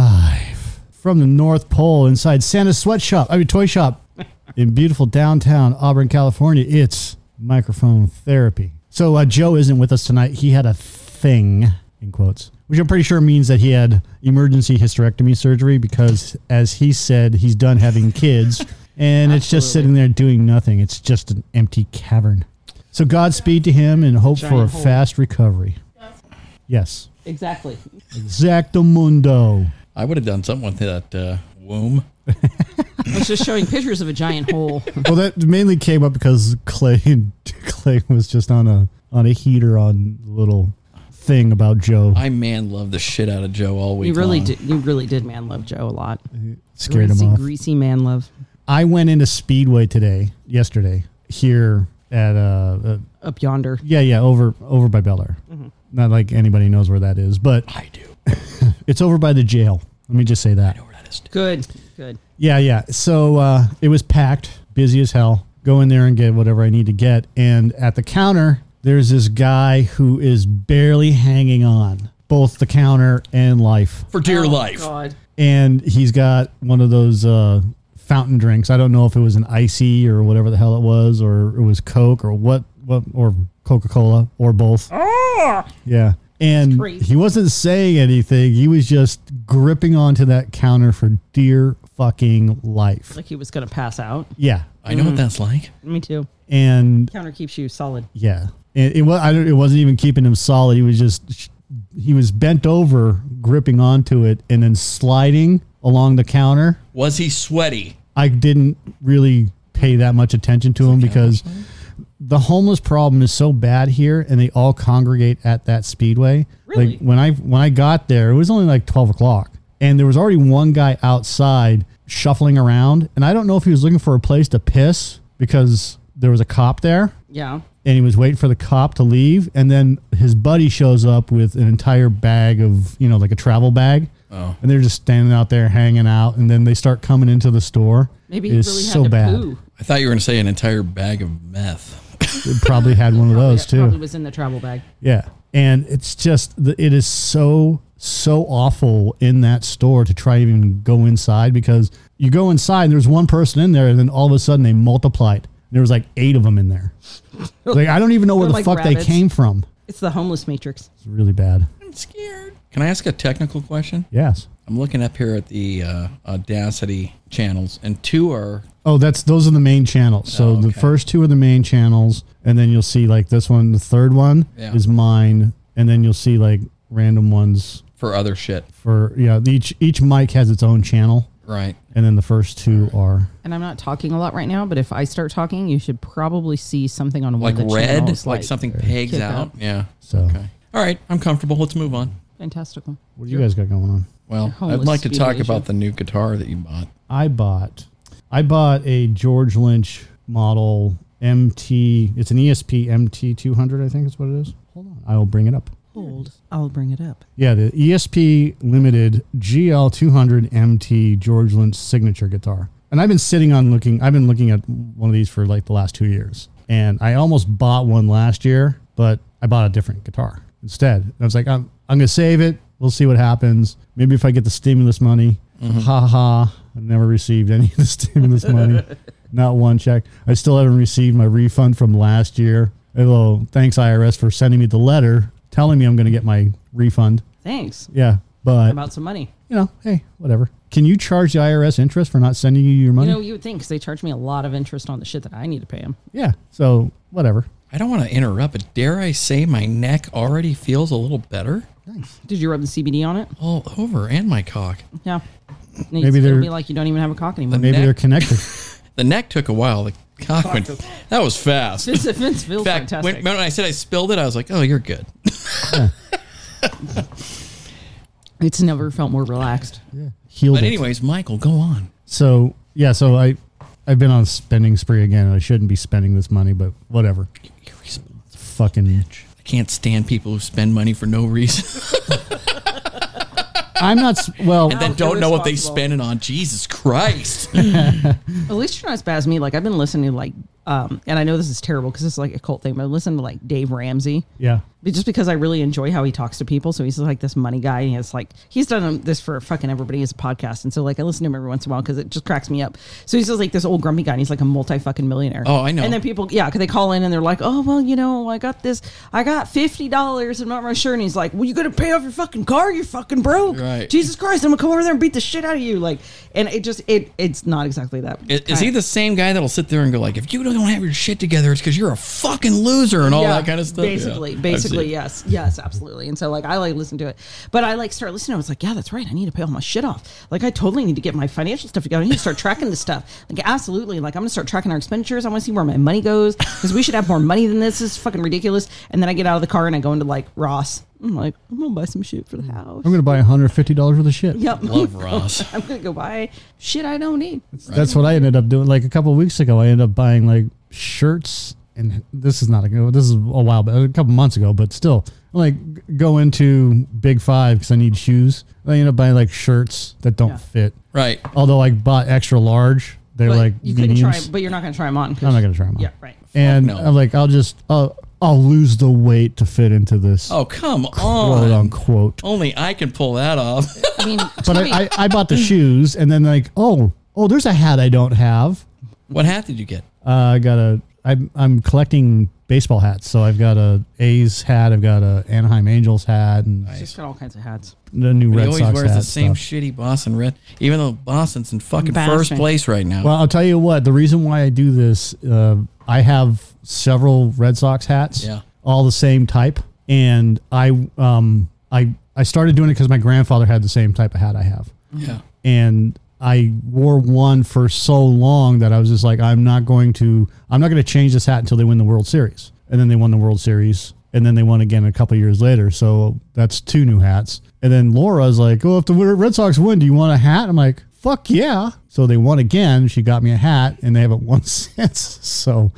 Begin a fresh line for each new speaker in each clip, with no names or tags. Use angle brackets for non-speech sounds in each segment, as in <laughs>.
live from the North Pole inside Santa's sweatshop, I mean, toy shop in beautiful downtown Auburn, California. It's microphone therapy. So uh, Joe isn't with us tonight. He had a thing, in quotes, which I'm pretty sure means that he had emergency hysterectomy surgery because, as he said, he's done having kids and it's just sitting there doing nothing. It's just an empty cavern. So Godspeed to him and hope for a
Giant hole.
fast recovery. Yes.
Exactly.
Exactamundo.
I would have done something with that uh, womb.
I was just showing pictures of a giant
<laughs>
hole.
well, that mainly came up because Clay <laughs> Clay was just on a on a heater on a little thing about Joe.
I man loved the shit out of Joe all week.
You really
long.
did. You really did man love Joe a lot.
scared
greasy,
him off.
greasy man love.
I went into Speedway today, yesterday, here at uh, uh
Up yonder,
yeah yeah over over by Bel Air. Not like anybody knows where that is, but
I do.
it's over by the jail. Let me just say that.
Where that is.
good, good.
Yeah, yeah. So uh, it was packed, busy as hell. Go in there and get whatever I need to get. And at the counter, there's this guy who is barely hanging on both the counter and life.
For dear life.
Oh, God,
And he's got one of those uh, fountain drinks. I don't know if it was an icy or whatever the hell it was, or it was Coke or what, what or Coca Cola or both. Yeah. And
crazy.
he wasn't saying anything. He was just gripping onto that counter for dear fucking life.
like he was gonna pass out.
Yeah,
I
Mm.
know what that's like.
Me too.
and
Counter keeps you solid.
yeah, it, it was. I don't, it wasn't even keeping him solid. He was just he was bent over, gripping onto it, and then sliding along the counter.
Was he sweaty?
I didn't really pay that much attention to him because the homeless problem is so bad here, and they all congregate at that speedway.
Really?
Like when I when I got there, it was only like twelve o'clock, and there was already one guy outside shuffling around, and I don't know if he was looking for a place to piss because there was a cop there
Yeah.
and he was waiting for the cop to leave and then his buddy shows up with an entire bag of you know like a travel bag
Oh.
and they're just standing out there hanging out and then they start coming into the store
Maybe
It
he
is
really had to poo.
I thought you were going to say an entire bag of meth.
it probably had one of those
That <laughs> Probably
too
was in the travel bag.
yeah and it's just the- it is so so awful in that store to try to even go inside because you go inside and there's one person in there and then all of a sudden they multiplied there was like eight of them in
<laughs>
there like i don't even know where
They're
the
like
fuck they
rabbits.
came from
It's the homeless matrix.
it's really bad
I'm scared. Can I ask a technical question?
yes
I'm looking up here at the uh, Audacity channels, and two are
Oh, that's those are the main channels. So
Oh,
the
okay.
first two are the main channels, and then you'll see like this one. The third one
Yeah.
is mine, and then you'll see like random ones
for other shit,
for yeah. Each each mic has its own channel,
right?
and then the first two are
And I'm not talking a lot right now, but if I start talking, you should probably see something on one
Like
of the
red, like,
channels, uh,
something pegs
kick
out.
out.
Yeah.
so.
Okay. All right. I'm comfortable. Let's move on.
fantastical.
What do you guys got going on?
Well,
Homeless
I'd like to
speed
talk
ratio.
about the new guitar that you bought.
I bought I bought a George Lynch model MT. It's an E ESP MT two hundred. I think is what it is. Hold on, I will bring it up.
Hold. I'll bring it up.
Yeah, the ESP Limited GL200 MT George Lynch signature guitar. And I've been sitting on looking, I've been looking at one of these for like the last two years. And I almost bought one last year, but I bought a different guitar instead. And I was like, I'm, I'm going to save it. We'll see what happens. Maybe if I get the stimulus money. Ha ha. I never received any of the stimulus money. Not one check. I still haven't received my refund from last year. Although, thanks IRS for sending me the letter telling me I'm going to get my refund.
Thanks.
Yeah, but
About some money.
you know, hey, whatever. Can you charge the IRS interest for not sending you your money?
You know, you would think 'cause they charge me a lot of interest on the shit that I need to pay them.
yeah. So whatever.
I don't want to interrupt, but dare I say my neck already feels a little better?
Did you rub the CBD on it?
All over and my cock.
Yeah. Maybe
Maybe
it's
they're-
gonna be like you don't even have a cock <laughs> anymore.
Maybe
Neck.
they're connected.
The neck took a while. The cock went. That was fast. In
Vince, Vince feels
fact,
fantastic.
when, when I said I spilled it, I was like, "Oh, you're good."
it's never felt more relaxed.
Healed.
But
it.
anyways, Michael, go on.
So yeah. So I, I've been on a spending spree again. and I shouldn't be spending this money, but whatever.
Irresponsible.
Fucking.
I can't stand people who spend money for
<laughs>
no reason
I'm not. s- Well,
and then don't know what they
irresponsible.
spend it on.
<laughs>
Jesus Christ!
At least you're not spasmy. Like I've been listening to like, um, and I know this is terrible because it's like a cult thing, but I listen to like Dave Ramsey.
yeah.
But just because I really enjoy how he talks to people. So he's like this money guy, and he's like he's done this for fucking everybody. His podcast, and so like I listen to him every once in a while because it just cracks me up. So he's just like this old grumpy guy, and he's like a multi fucking millionaire.
Oh, I know.
And then people, yeah, because they call in and they're like, oh well, you know, I got this, I got fifty dollars. I'm not really sure, and he's like, well, you got to pay off your fucking car. You're fucking broke.
Right.
Jesus Christ, I'm gonna come over there and beat the shit out of you. Like, and it just it it's not exactly that.
Is, is he the same guy that'll sit there and go like, if you don't have your shit together, it's because you're a fucking loser and all
Yeah,
that kind of stuff? Yeah.
Basically,
I've
basically,
seen it.
yes, yes, absolutely. And so, like, I like listen to it, but I like start listening. I was like, yeah, that's right. I need to pay all my shit off. Like, I totally need to get my financial stuff together. I need to start tracking this stuff. Like, absolutely. Like, I'm gonna start tracking our expenditures. I want to see where my money goes because we should have more money than this. This is fucking ridiculous. And then I get out of the car and I go into like Ross. I'm like, I'm gonna buy some shit for the house.
I'm going to buy $150 worth of shit.
Yep.
Love Ross.
<laughs> I'm gonna go buy shit I don't need.
That's what I ended up doing. Like a couple of weeks ago, I ended up buying like shirts, and this is not a this is a while, but a couple months ago, but still, like go into Big Five because I need shoes. I end up buying like shirts that don't
Yeah.
fit.
Right.
Although I bought extra large, they're
But
like
you couldn't try,
mediums.
but you're not gonna try them on. 'cause-
I'm not gonna try them on.
Yeah, right.
And
no.
I'm like, I'll just I'll, I'll lose the weight to fit into this
Oh come
quote
on. Oh,
unquote.
Only I can pull that off. <laughs>
I mean,
But I, I, I bought the shoes, and then like, oh oh, there's a hat I don't have.
what hat did you get?
Uh, I got a. I'm I'm collecting baseball hats, so I've got a A's hat, I've got a Anaheim Angels hat, and
she's just got all kinds of hats.
the new
He
Red
always
Sox
wears
hat.
the same
stuff.
shitty Boston Red, even though Boston's in fucking first
Bastard.
place right now.
well, I'll tell you what. The reason why I do this, uh, I have several Red Sox hats,
Yeah.
all the same type, and I um I I started doing it because my grandfather had the same type of hat I have.
yeah.
and I wore one for so long that I was just like, I'm not going to, I'm not going to change this hat until they win the World Series. And then they won the World Series, and then they won again a couple years later. So that's two new hats. And then Laura's like, "Oh, if the Red Sox win, do you want a hat?" I'm like, "Fuck yeah!" So they won again. She got me a hat, and they haven't won <laughs> since. So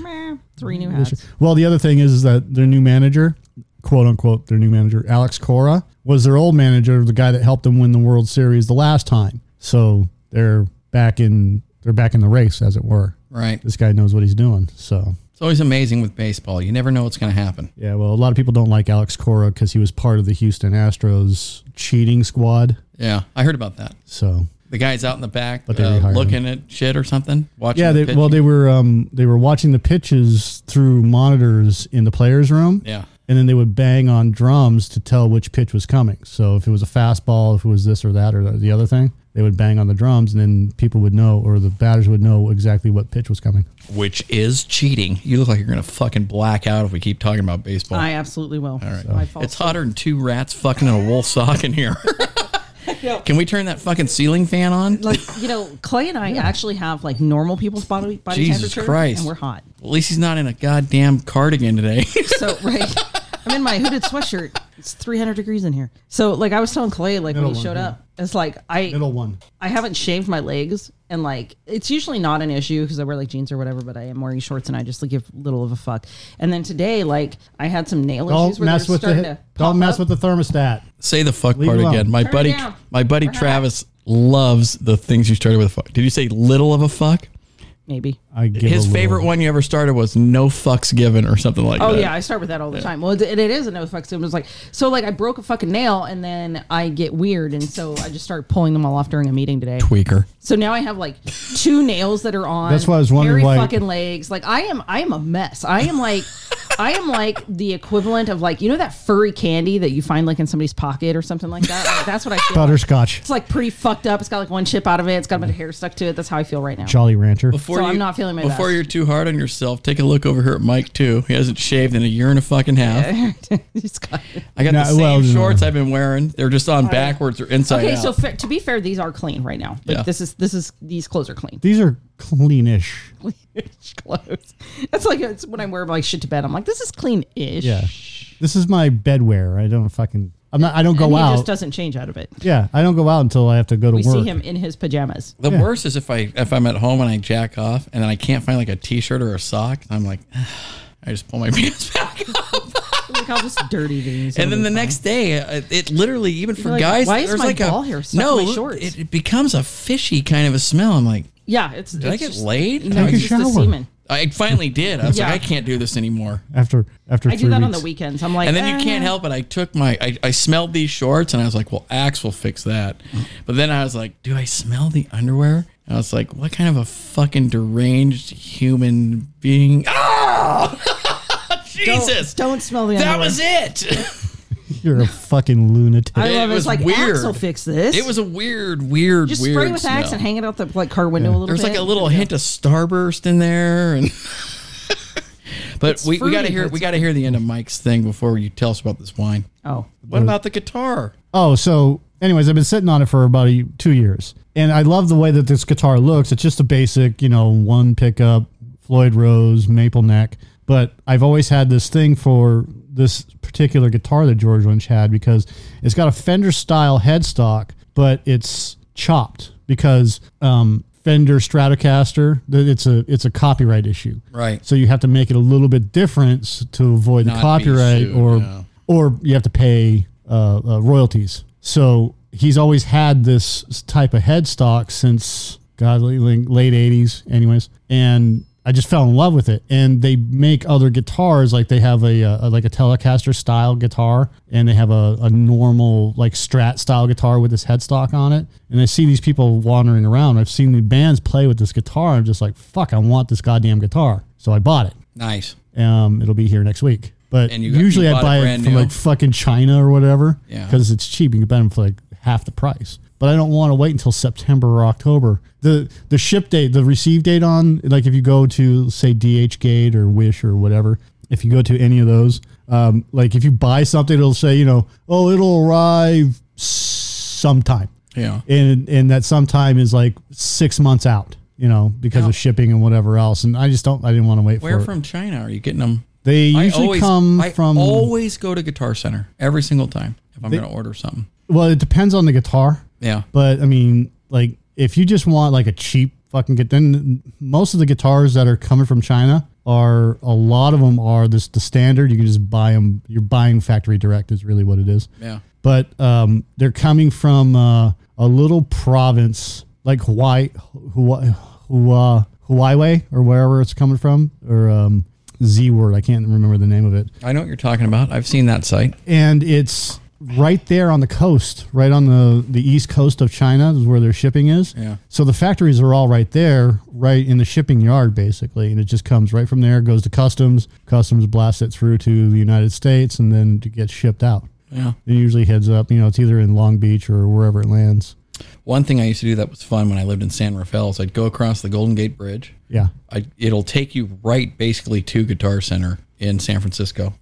Meh, Three
Mm,
new hats.
well, the other thing is, is that their new manager, quote unquote, their new manager, Alex Cora, was their old manager, the guy that helped them win the World Series the last time. So they're back in they're back in the race, as it were.
Right.
This guy knows what he's doing. So
It's always amazing with baseball. You never know what's going to happen.
yeah, well, a lot of people don't like Alex Cora because he was part of the Houston Astros cheating squad.
Yeah. I heard about that.
So
The guy's out in the back
they
uh,
rehired
looking at shit or something. Watching
yeah,
the
they, well,
pitching.
they were um, they were watching the pitches through monitors in the players' room.
Yeah.
and then they would bang on drums to tell which pitch was coming. So if it was a fastball, if it was this or that or the other thing, they would bang on the drums, and then people would know, or the batters would know exactly what pitch was coming.
which is cheating. You look like you're going to fucking black out if we keep talking about baseball.
I absolutely will. All right. My fault.
it's hotter than two rats fucking in a wool sock in here. <laughs> Can we turn that fucking ceiling fan on?
<laughs> like you know, Clay
<laughs>
and I actually have like normal people's body body
Jesus
temperature,
Christ.
and we're hot.
At least he's not in a goddamn cardigan today. <laughs>
So <laughs> right, I'm in my hooded sweatshirt. It's 300 degrees in here. So like I was telling Clay, like
Middle
when he
one,
showed
yeah.
up, it's like I
Middle one.
I haven't shaved my legs, and like it's usually not an issue because I wear like jeans or whatever. But I am wearing shorts, and I just like give little of a fuck. And then today, like I had some nail
Don't
issues where
mess
they're
with
starting
the
to pop
don't mess with
up.
the thermostat.
say the fuck
Leave
part
it alone.
again. My
Turn it
buddy,
down.
my buddy
Turn it up.
Travis loves the things you started with a fuck. Did you say little of a fuck?
maybe.
I give
His
a little-
favorite one you ever started was no fucks given or something like
Oh
that.
yeah, I start with that all the time. Well, it, it is a no fucks. given. It was like so, like I broke a fucking nail, and then I get weird, and so I just start pulling them all off during a meeting today.
Tweaker.
So now I have like two nails that are on.
That's why I was wondering
hairy
why-
fucking legs. Like I am, I am a mess. I am like, I am like the equivalent of like you know that furry candy that you find like in somebody's pocket or something like that. Like, that's what I feel. like.
butterscotch
It's like pretty fucked up. It's got like one chip out of it. It's got a bunch of hair stuck to it. That's how I feel right now. <laughs>
Jolly Rancher.
Before
So I'm not feeling my
Before
best.
you're too hard on yourself, take a look over here at Mike too. He hasn't shaved in a year and a fucking half.
It's got-
I got
No,
the same
well, no.
shorts I've been wearing. They're just on backwards or inside
uh,
Okay,
out.
so fair, to be fair, these are clean right now. Like
Yeah.
this is this is these clothes are clean. <laughs>
These are cleanish.
Clean-ish clothes. That's like it's when I wear my shit to bed. I'm like, this is clean-ish.
Yeah, this is my bedwear. I don't fucking. I'm not. I don't go
and he
out.
just doesn't change out of it.
yeah, I don't go out until I have to go to
We
work.
see him in his pajamas.
the worst is if I if I'm at home and I jack off and then I can't find like a t-shirt or a sock. I'm like, <sighs> I just pull my <laughs> pants back.
Look how this dirty these.
And then the next day, it, it literally even for
like,
guys,
"Why is
there's
my
like
ball
a
hair stuck
no
in my shorts?"
It, it becomes a fishy kind of a smell. I'm like,
yeah, it's.
did I
it's
get
just-
laid?
No,
Take a
it's just the
shower.
semen.
I finally did. I was
Yeah.
like, I can't do this anymore.
after after
I
three
do that
weeks.
on the weekends. I'm like,
And then you
eh.
can't help it. I took my, I, I smelled these shorts and I was like, well, Axe will fix that. But then I was like, do I smell the underwear? And I was like, what kind of a fucking deranged human being? <laughs> Oh,
Don't-
Jesus.
Don't, smell the.
that
underwear.
was it.
<laughs>
You're a fucking lunatic.
I love
It
it.
was
It's like
weird.
Axel fix this.
It was a weird, weird,
just
weird
spray with
smell.
Axe and hang it out the like car window a little.
There was
bit.
like a little hint of starburst in there, and <laughs> but we, we got to
fruity,
hear
but
we
it's-
got to hear the end of Mike's thing before you tell us about this wine.
Oh,
What about the guitar?
Oh, so anyways, I've been sitting on it for about a, two years, and I love the way that this guitar looks. It's just a basic, you know, one pickup, Floyd Rose, maple neck. But I've always had this thing for this particular guitar that George Lynch had because it's got a Fender style headstock, but it's chopped because um, Fender Stratocaster. th- It's a it's a copyright issue,
Right.
So you have to make it a little bit different s- to avoid the
Not be
copyright
sued,
or
yeah.
or you have to pay uh, uh, royalties. So he's always had this type of headstock since God, late late eighties, anyways. And I just fell in love with it. And they make other guitars like they have a, uh like a Telecaster style guitar, and they have a, a normal like Strat style guitar with this headstock on it. And I see these people wandering around. I've seen the bands play with this guitar. I'm just like, fuck, I want this goddamn guitar. So I bought it.
Nice.
Um, it'll be here next week. But
And you got- you
usually I
bought it
buy it
brand
from
new?
like fucking China or whatever.
Yeah.
Because it's cheap. You can buy them for like half the price. But I don't want to wait until September or October. The the ship date, the receive date on like if you go to say DHgate or Wish or whatever, if you go to any of those, um, like if you buy something, it'll say you know, oh, it'll arrive sometime
Yeah.
and and that sometime is like six months out, you know, because
Yeah.
of shipping and whatever else. And I just don't, I didn't want to wait
Where
for it.
from China are you getting them?
They usually come
I
from.
always go to Guitar Center every single time if I'm going to order something.
well, it depends on the guitar,
Yeah.
but I mean, like if you just want like a cheap fucking guitar, then most of the guitars that are coming from China are a lot of them are this the standard. You can just buy them. You're buying factory direct is really what it is.
Yeah.
but um, they're coming from uh, a little province like Hawaii, Hawaii, Hawaii, Hawaii, or wherever it's coming from, or um, Z word. I can't remember the name of it.
I know what you're talking about. I've seen that site.
And it's right there on the coast, right on the, the east coast of China is where their shipping is.
Yeah.
So the factories are all right there, right in the shipping yard, basically. And it just comes right from there, goes to customs, customs blasts it through to the United States, and then it gets shipped out.
Yeah.
It usually heads up. You know, it's either in Long Beach or wherever it lands.
One thing I used to do that was fun when I lived in San Rafael is I'd go across the Golden Gate Bridge.
Yeah.
I, it'll take you right basically to Guitar Center in San Francisco,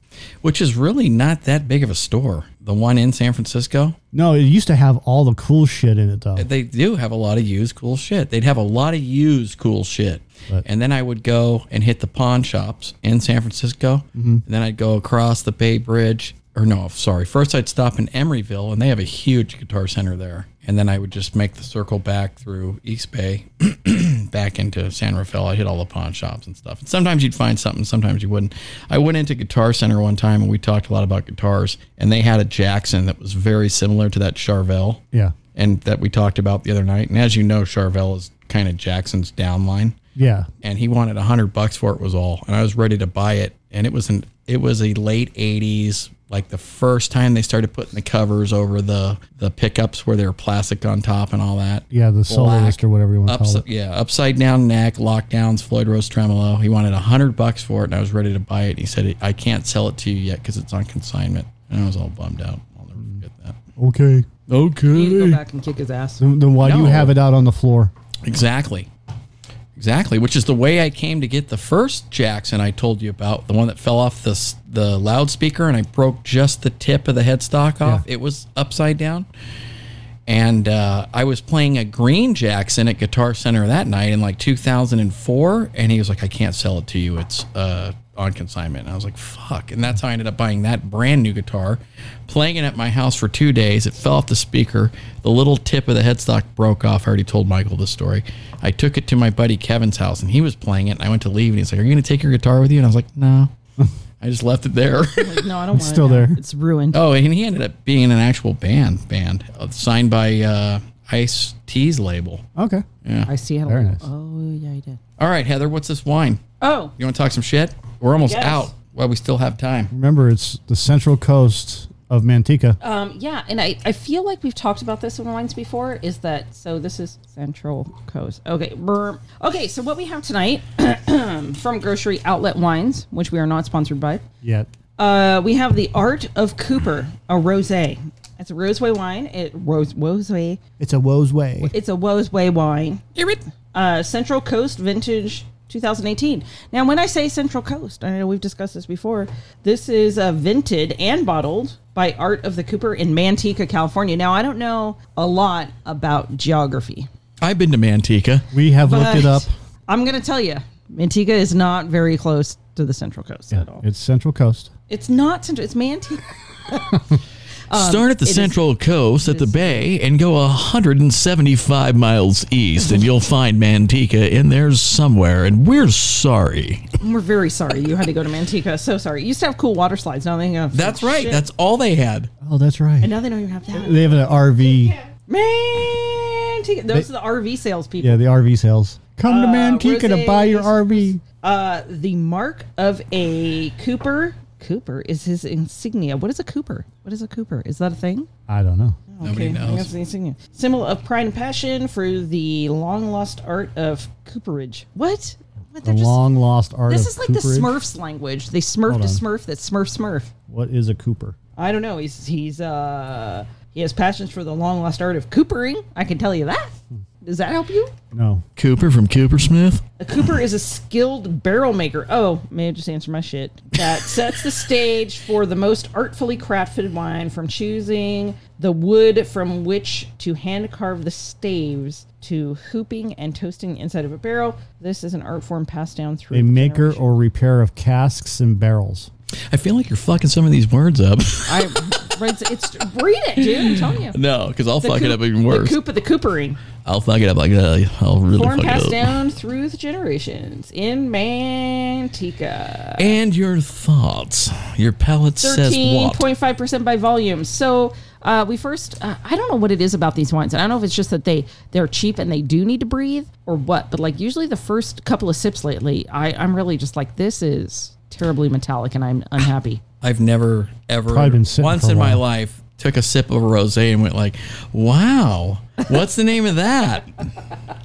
which is really not that big of a store. The one in San Francisco,
No, it used to have all the cool shit in it though.
they do have a lot of used cool shit. They'd have a lot of used cool shit. And then I would go and hit the pawn shops in San Francisco. And then I'd go across the Bay Bridge. Or no, sorry. First, I'd stop in Emeryville, and they have a huge guitar center there. And then I would just make the circle back through East Bay, <clears throat> back into San Rafael. I hit all the pawn shops and stuff. And sometimes you'd find something, sometimes you wouldn't. I went into Guitar Center one time, and we talked a lot about guitars. And they had a Jackson that was very similar to that Charvel
Yeah.
and that we talked about the other night. And as you know, Charvel is kind of Jackson's downline,
Yeah.
and he wanted a hundred bucks for it was all, and I was ready to buy it, and it was an it was a late '80s, like the first time they started putting the covers over the the pickups where they were plastic on top and all that.
Yeah. The soloist or whatever you want to call
Upside,
it.
yeah, upside down neck, lockdowns, Floyd Rose tremolo. He wanted a hundred bucks for it, and I was ready to buy it. And he said, "I can't sell it to you yet because it's on consignment," and I was all bummed out. I'll never forget that.
Okay.
you need to
Okay.
go back and kick
<laughs>
his ass.
Then, then why do you
No.
have it out on the floor?
Exactly. Exactly, which is the way I came to get the first Jackson I told you about, the one that fell off the s- the loudspeaker and I broke just the tip of the headstock off. It was upside down. And uh, I was playing a green Jackson at Guitar Center that night in like 2004, and he was like, "I can't sell it to you; it's uh, on consignment." And I was like, "Fuck!" And that's how I ended up buying that brand new guitar, playing it at my house for two days. It fell off the speaker; the little tip of the headstock broke off. I already told Michael this story. I took it to my buddy Kevin's house, and he was playing it. And I went to leave, and he's like, "Are you going to take your guitar with you?" And I was like, "No." <laughs> I just left it there. <laughs>
Like, no, I don't want
still
it now.
there.
It's ruined.
Oh, and he ended up being in an actual band, band uh, signed by uh, Ice T's label.
Okay.
I see how.
Very nice.
Oh yeah, he did.
All right, Heather, what's this wine?
Oh,
You want to talk some shit? We're almost
Yes.
out while we still have time.
Remember, it's the central coast of Manteca.
um, yeah. And I, I feel like we've talked about this in wines before. Is that so? This is Central Coast. Okay. brr. Okay. So, what we have tonight <clears throat> from Grocery Outlet Wines, which we are not sponsored by,
Yet
Uh, we have the Art of Cooper, a rosé. It's a rosé wine. It rose rosé.
it's a woe's way.
It's a rosé wine.
Hear it?
Uh, Central Coast Vintage 2018. Now, when I say Central Coast, I know we've discussed this before. This is uh, vented and bottled by Art of the Cooper in Manteca, California. Now, I don't know a lot about geography.
I've been to Manteca.
We have looked it up.
I'm going to tell you, Manteca is not very close to the Central Coast at all.
It's central coast.
It's not Central. It's Manteca.
Start at
Um, it
the
is-
central coast at the bay and go 175 miles east, and you'll find Manteca in there somewhere. And we're sorry.
We're very sorry you had to go to Manteca. So sorry. You used to have cool water slides. Now they have.
That's right.
Oh, Shit.
That's all they had.
Oh, that's right.
and now they don't even have that.
They have an RV.
Manteca. Those are the RV salespeople.
Yeah, the RV sales. Come to
Uh,
Manteca to buy your
rosés.
RV.
Uh, the mark of a Cooper. Cooper is his insignia. What is a Cooper? What is a Cooper? Is that a thing?
I don't know.
Nobody
I think
knows.
that's the insignia. Symbol of pride and passion for the long lost art of Cooperage. What? What?
The long lost art.
This
of
is like
Cooperage.
the Smurfs language. They smurfed
Hold
a
on.
smurf that's smurf smurf.
What is a Cooper?
I don't know. He's he's uh he has passions for the long lost art of coopering. I can tell you that. Does that help you?
No.
Cooper from Cooper Smith.
A cooper is a skilled barrel maker. Oh, may I just answer my shit? That sets the stage for the most artfully crafted wine from choosing the wood from which to hand carve the staves to hooping and toasting inside of a barrel. This is an art form passed down through
A maker
generations.
or repair of casks and barrels.
I feel like you're fucking some of these words up. <laughs>
I it's, it's read it, dude. I'm telling you.
no, because I'll fuck it up even worse.
The coop of the coopering.
I'll fuck it up like uh, I'll really
Form
fuck it
passed
up.
down through the generations in Manteca.
And your thoughts, your palate says
Thirteen
what?
point five percent by volume. So uh, we first, uh, I don't know what it is about these wines. I don't know if it's just that they they're cheap and they do need to breathe or what. But like usually the first couple of sips lately, I I'm really just like this is terribly metallic and I'm
<laughs>
unhappy.
I've never ever
Probably been sitting
once
for a
in my
while.
life took a sip of a rosé and went like, "Wow, what's the name of that?"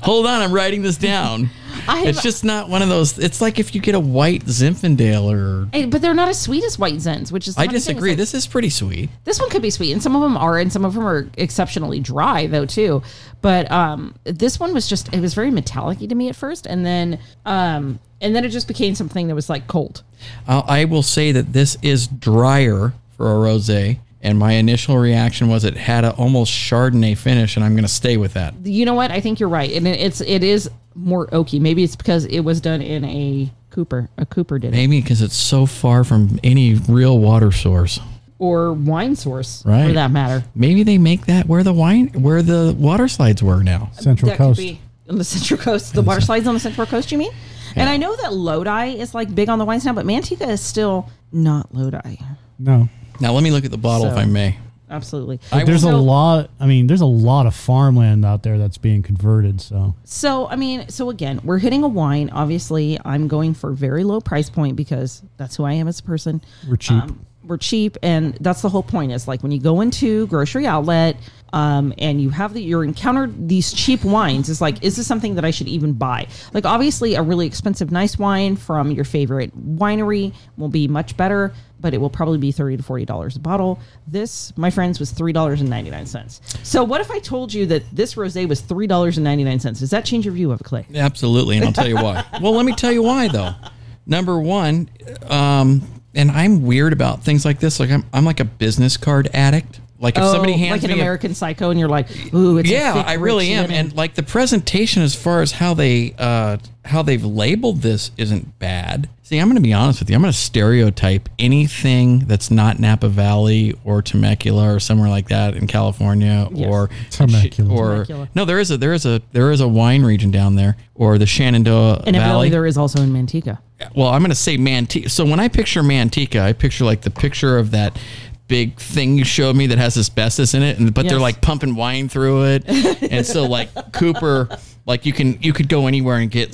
Hold on, I'm writing this
<laughs>
down.
I have,
It's just not one of those. It's like if you get a white Zinfandel or
eh, but they're not as sweet as white zins, which is
I
the funny thing. It's
disagree.
like-
this is pretty sweet.
this one could be sweet and some of them are and some of them are exceptionally dry though too but um this one was just it was very metallic to me at first and then um and then it just became something that was like cold
I'll, I will say that this is drier for a rosé, and my initial reaction was it had a almost Chardonnay finish, and I'm going to stay with that.
you know what i think you're right and it, it's it is more oaky maybe it's because it was done in a cooper a cooper did it
Maybe because it's so far from any real water source.
or wine source for
Right.
that matter
Maybe they make that where the wine, where the water slides were now.
Central
that
coast.
could be on the central coast. The water slides on the central coast. You mean? And I know that Lodi is like big on the wines now, but Manteca is still not Lodi.
No.
Now let me look at the bottle, if
So-
I may.
Absolutely.
I
There's a
So-
lot. I mean, there's a lot of farmland out there that's being converted. So
So, I mean, so again, we're hitting a wine. Obviously, I'm going for very low price point because that's who I am as a person.
We're cheap.
we're cheap, and that's the whole point. Is like when you go into grocery outlet, um, and you have the you're encountered these cheap wines. It's like, is this something that I should even buy? Like, obviously, a really expensive, nice wine from your favorite winery will be much better, but it will probably be thirty to forty dollars a bottle. This, my friends, was three dollars and ninety nine cents. So, what if I told you that this rosé was three dollars and ninety nine cents? Does that change your view of it, Clay?
Absolutely, and I'll tell
<laughs>
you why. well, let me tell you why though. Number one, um, and I'm weird about things like this. Like I'm, I'm like a business card addict. Like if somebody
Oh,
hands
like an
me a
American Psycho, and you're like, ooh, it's a
yeah
thick,
i really
rich
am
linen.
and like the presentation as far as how they uh how they've labeled this isn't bad see i'm gonna be honest with you i'm gonna stereotype anything that's not napa valley or temecula or somewhere like that in california
Yes.
or
Temecula.
or
Temecula.
no there is a there is a there is a wine region down there or the shenandoah
and
valley
apparently there is also in Manteca.
well, I'm going to say Manteca. So when I picture Manteca, I picture like the picture of that big thing you showed me that has asbestos in it, and but they're
Yes.
like pumping wine through it, and so like Cooper Like you can you could go anywhere and get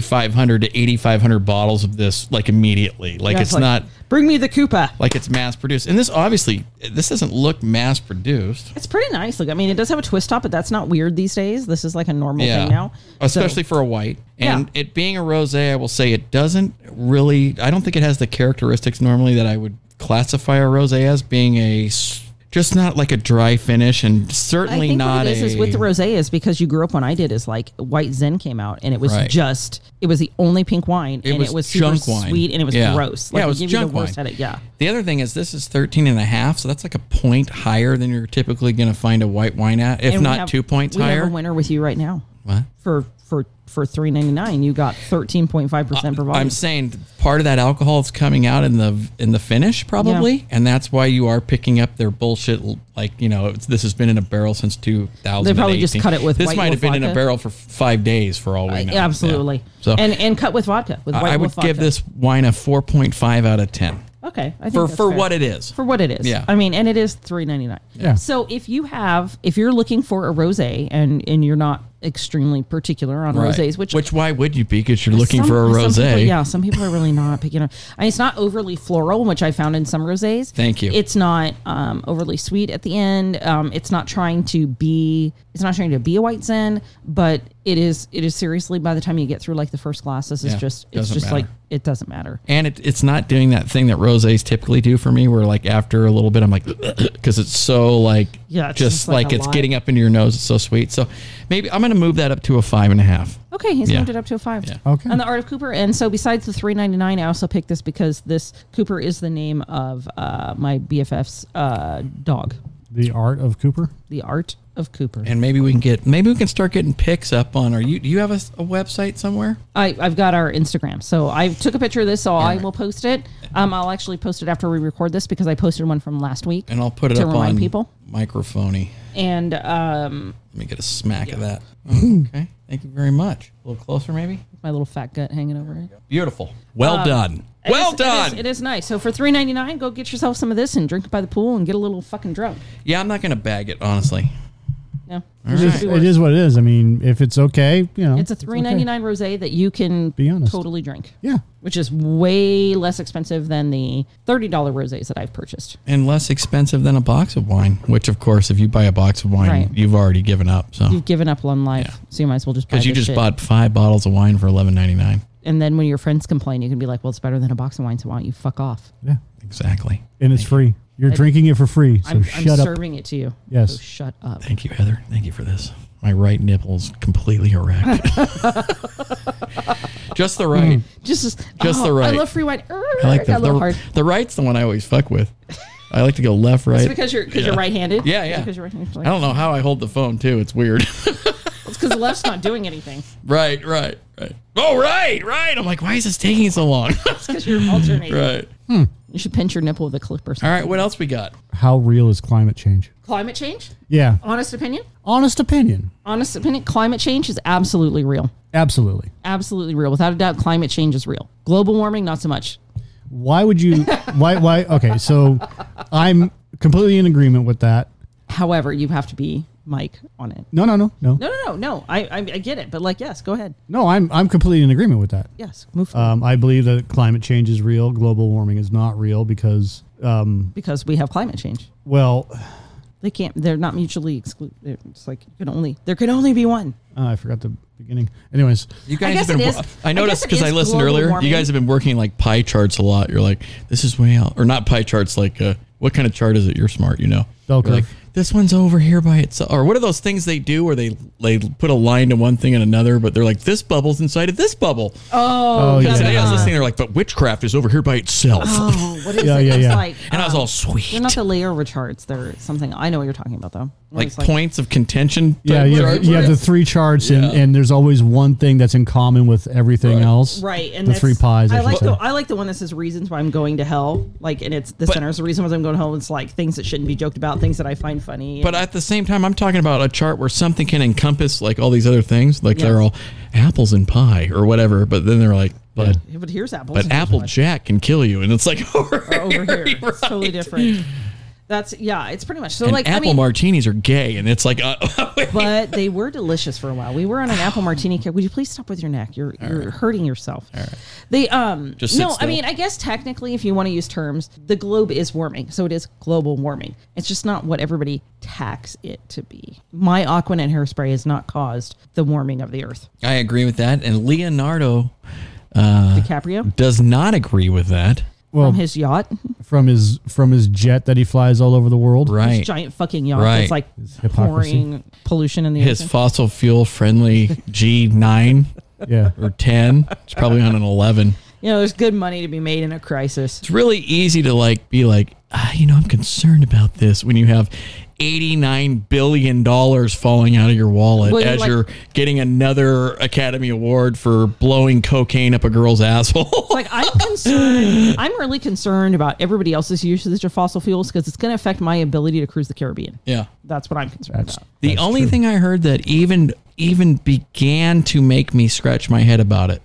7500 to 8500 bottles of this like immediately. Like
Yeah,
it's not
Bring me the Koopa.
like it's mass produced. And this obviously this doesn't look mass produced.
It's pretty nice. Look, I mean, it does have a twist top, but that's not weird these days. This is like a normal
Yeah.
thing now.
Especially for a white. And it being a rosé, I will say it doesn't really I don't think it has the characteristics normally that I would classify a rosé as being a s- just not like a dry finish and
I
certainly
think
not
what it is
a
is with the rosé is because you grew up when I did is like white Zen came out and it was
Right.
just it was the only pink wine and it was super
junk wine.
sweet and it was
Yeah.
gross.
yeah, it was
gave you
junk
the
wine.
worst headache. Yeah.
The other thing is this is 13 and a half, so that's like a point higher than you're typically going to find a white wine at, if
And we
not
have-
two points
we
higher.
have a winner with you right now.
What?
For for for three ninety nine, you got thirteen point five percent per volume.
I'm saying part of that alcohol is coming out in the in the finish probably, and that's why you are picking up their bullshit. l- Like you know, it's, this has been in a barrel since 2000.
They probably just cut it with
this
White
might have
Wolf
been in a
vodka. Uh,
barrel for five days for all we know. Yeah.
Absolutely.
So
and and cut with vodka with white
I would
Wolf
give
vodka.
this wine a 4.5 out of 10
okay I think
for
that's
for
fair.
what it is.
for what it is.
Yeah.
I mean, and it is three ninety nine.
Yeah.
So if you have, if you're looking for a rosé and and you're not extremely particular on
Right.
rosés, which
why would you be? Because you're looking
some-
for a
some
rosé.
people- yeah, some people are really not picking up. And it's not overly floral, which I found in some rosés.
Thank you.
It's not um, overly sweet at the end. Um, it's not trying to be. It's not trying to be a white zen, but it is. It is seriously. By the time you get through like the first glass, this is
Yeah,
just. It's
doesn't
just like
matter.
it doesn't matter.
And it, it's not doing that thing that rosés typically do for me, where like after a little bit, I'm like, <clears throat> because it's so like,
Yeah, it's
just,
just like
like,
a
it's
lot.
getting up into your nose. It's so sweet. So maybe I'm going to move that up to a five and a half.
Okay, he's
Yeah.
moved it up to a five.
Okay.
On the Art of Cooper, and so besides the three ninety nine, I also picked this because this Cooper is the name of uh, my BFF's uh, dog.
The art of Cooper.
The Art of Cooper.
And maybe we can get, maybe we can start getting picks up on. Are you? Do you have a, s- a website somewhere?
I, I've got our Instagram, so I took a picture of this, so I will post it. Um, I'll actually post it after we record this because I posted one from last week.
And I'll put it
to
up
remind
on
people.
microphony.
And um,
Let me get a smack
<laughs>
of that. Okay, thank you very much. A little closer, maybe.
my little fat gut hanging over it.
Beautiful. Well done. Well
Um, It is-
done.
It is, it is nice. So for three ninety nine, go get yourself some of this and drink it by the pool and get a little fucking drunk.
yeah, I'm not going to bag it honestly.
Yeah.
It is, it is what it is. I mean, if it's okay, you know,
It's a three ninety nine rosé that you can
Be honest.
totally drink,
Yeah.
which is way less expensive than the thirty dollar rosés that I've purchased.
and less expensive than a box of wine. Which, of course, if you buy a box of wine,
Right.
you've already given up. So
You've given up on life,
Yeah.
so you might as well just buy.
because you
this
just
shit.
bought five bottles of wine for eleven ninety nine.
and then when your friends complain, you can be like, "Well, it's better than a box of wine, so why don't you fuck off?"
Yeah.
Exactly.
And it's free. You're drinking it for free. So
I'm, I'm
shut up.
serving it to you.
Yes.
So shut up.
Thank you, Heather. Thank you for this. My right nipple's completely erect. <laughs> just the
Mm.
right.
Just,
<laughs> Just
oh,
the right.
I love free wine.
I like
that.
the,
I love hard.
the, the right's the one I always fuck with. I like to go left, right.
It's because you're because
Yeah.
you're right-handed.
Yeah,
It's
yeah.
Because you're right-handed.
I don't know how I hold the phone too. It's weird. <laughs>
It's because the left's not doing anything.
right, right, right. Oh, right, right. I'm like, why is this taking so long? <laughs>
It's because you're alternating.
right.
You should pinch your nipple with a clip or
<laughs>
something.
All right. What else we got?
How real is climate change?
Climate change.
Yeah.
Honest opinion.
Honest opinion.
Honest opinion. Climate change is absolutely real.
Absolutely.
absolutely real. Without a doubt, climate change is real. Global warming, not so much.
Why would
<laughs>
you? why? Why? Okay. So I'm completely in agreement with that.
However, you have to be Mike on it.
No, no, no, no.
No, no, no, no. I, I, I get it, but like, yes, go ahead.
No, I'm, I'm completely in agreement with that.
Yes, move forward.
Um, I believe that climate change is real. Global warming is not real because, um,
because we have climate change.
well, <sighs>
They can't. They're not mutually exclusive. It's like you can only there can only be one.
uh, I forgot the beginning. Anyways,
You guys
guess
have been.
it is-
wo-
I
I noticed
guess it
because I,
is
listened
global
earlier.
warming.
You guys have been working like pie charts a lot. You're like, this is way out, or not pie charts. Like, uh, what kind of chart is it? You're smart, you know.
Bell
You're like,
curve.
this one's over here by itself, or what are those things they do where they they put a line to one thing and another, but they're like, this bubble's inside of this bubble.
Oh,
yeah.
Today I was listening. They're like, but witchcraft is over here by itself,
oh, what is
Yeah,
it?
yeah,
it's
yeah.
like
and I was
um,
all sweet.
They're not the layer recharts. They're something I know what you're talking about though. Where
like,
it's
points of contention. type
yeah, you have,
charts.
you have the three charts, and,
Yeah.
and there's always one thing that's in common with everything
Right.
else.
Right, and
the
that's-
three pies. I,
I
should
like
say.
the I like the one that says reasons why I'm going to hell. Like, and it's the center's the reason why I'm going to hell. It's like things that shouldn't be joked about, things that I find funny.
But at the same time, I'm talking about a chart where something can encompass like all these other things. Like they're all apples and pie or whatever. But then they're like, but
Yeah, but here's apples.
but
and
Apple
here's
Jack can kill you, and it's like <laughs> over,
wine. over here,
<laughs> You're
it's totally
right.
different. That's yeah. It's pretty much so.
and
like
apple
I mean,
martinis are gay, and it's like, uh, <laughs>
but they were delicious for a while. We were on an
Oh.
apple martini kick. Would you please stop with your neck? You're you're hurting yourself. They um
Just sit
no. I
still.
mean, I guess technically, if you want to use terms, the globe is warming, so it is global warming. It's just not what everybody tacks it to be. My Aquanet hairspray has not caused the warming of the Earth.
I agree with that. And Leonardo Uh,
DiCaprio
does not agree with that.
Well,
from his yacht,
from his from his jet that he flies all over the world.
Right.
his giant fucking yacht.
Right.
It's like
hypocrisy.
pouring pollution in the
His
ocean.
fossil fuel friendly G9
Yeah.
or 10. It's probably on an 11.
you know, there's good money to be made in a crisis.
It's really easy to like be like, ah, you know, I'm concerned about this when you have 89 billion dollars falling out of your wallet
Well, you're
as
like-
you're getting another Academy Award for blowing cocaine up a girl's <laughs> asshole.
like I'm concerned. I'm really concerned about everybody else's usage of fossil fuels because it's going to affect my ability to cruise the Caribbean.
yeah.
That's what I'm concerned
That's,
about.
The
that's
only
true.
thing I heard that even even began to make me scratch my head about it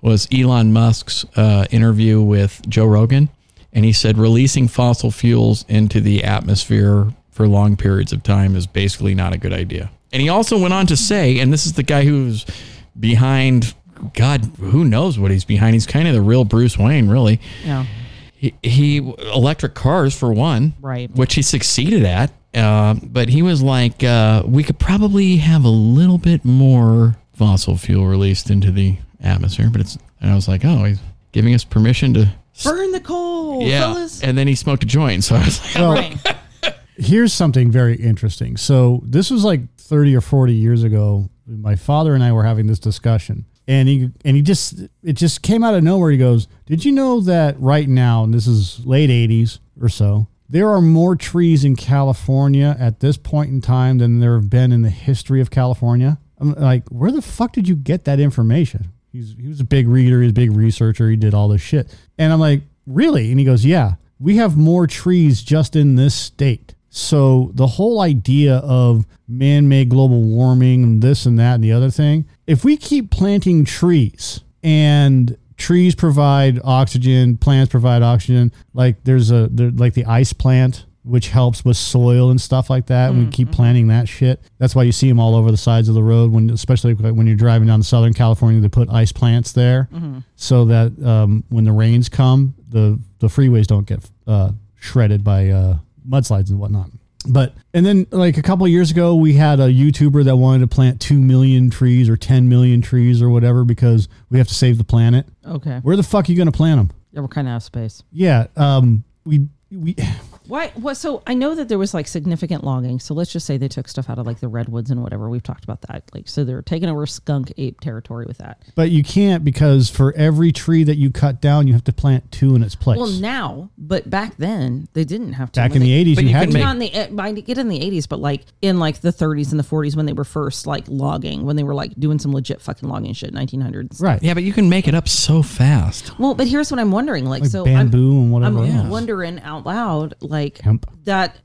was Elon Musk's uh, interview with Joe Rogan, and he said releasing fossil fuels into the atmosphere for long periods of time is basically not a good idea. And he also went on to say, and this is the guy who's behind. God, who knows what he's behind? He's kind of the real Bruce Wayne, really.
Yeah.
He, he electric cars for one,
Right.
Which he succeeded at. Uh, but he was like, uh, we could probably have a little bit more fossil fuel released into the atmosphere. But it's, and I was like, oh, he's giving us permission to,
Burn the coal,
yeah.
fellas.
And then he smoked a joint, so I was like,
Well,
Right.
here's something very interesting. So this was like 30 or 40 years ago. My father and I were having this discussion, and he and he just it just came out of nowhere. He goes, "Did you know that right now, and this is late 80s or so, there are more trees in California at this point in time than there have been in the history of California?" I'm like, "Where the fuck did you get that information?" He's he was a big reader, he's a big researcher, he did all this shit, and I'm like, "Really?" And he goes, "Yeah." We have more trees just in this state. So the whole idea of man-made global warming and this and that and the other thing, if we keep planting trees and trees provide oxygen, plants provide oxygen, like there's a there, like the ice plant which helps with soil and stuff like that. We keep planting that shit. That's why you see them all over the sides of the road when, especially when you're driving down to Southern California, they put ice plants there so that um, when the rains come, the the freeways don't get uh, shredded by uh, mudslides and whatnot. But and then like a couple of years ago, we had a YouTuber that wanted to plant two million trees or ten million trees or whatever because we have to save the planet.
okay.
Where the fuck are you going to plant them?
Yeah, we're kind of out of space.
Yeah, um, we we <sighs>
Why? What? So I know that there was like significant logging. So let's just say they took stuff out of like the redwoods and whatever. We've talked about that. Like, so they're taking over skunk ape territory with that.
But you can't because for every tree that you cut down, you have to plant two in its place.
Well, now, but back then they didn't have to.
Back
When
in
they-
the eighties,
But
you,
you
had
can
to.
make-
not in the eh, I get in the 80s but like in like the 30s and the 40s when they were first like logging when they were like doing some legit fucking logging shit 1900s
right.
yeah, but you can make it up so fast.
well but here's what i'm wondering like,
Like
so
bamboo and
i'm,
whatever
I'm
else.
wondering out loud like
Hemp.
that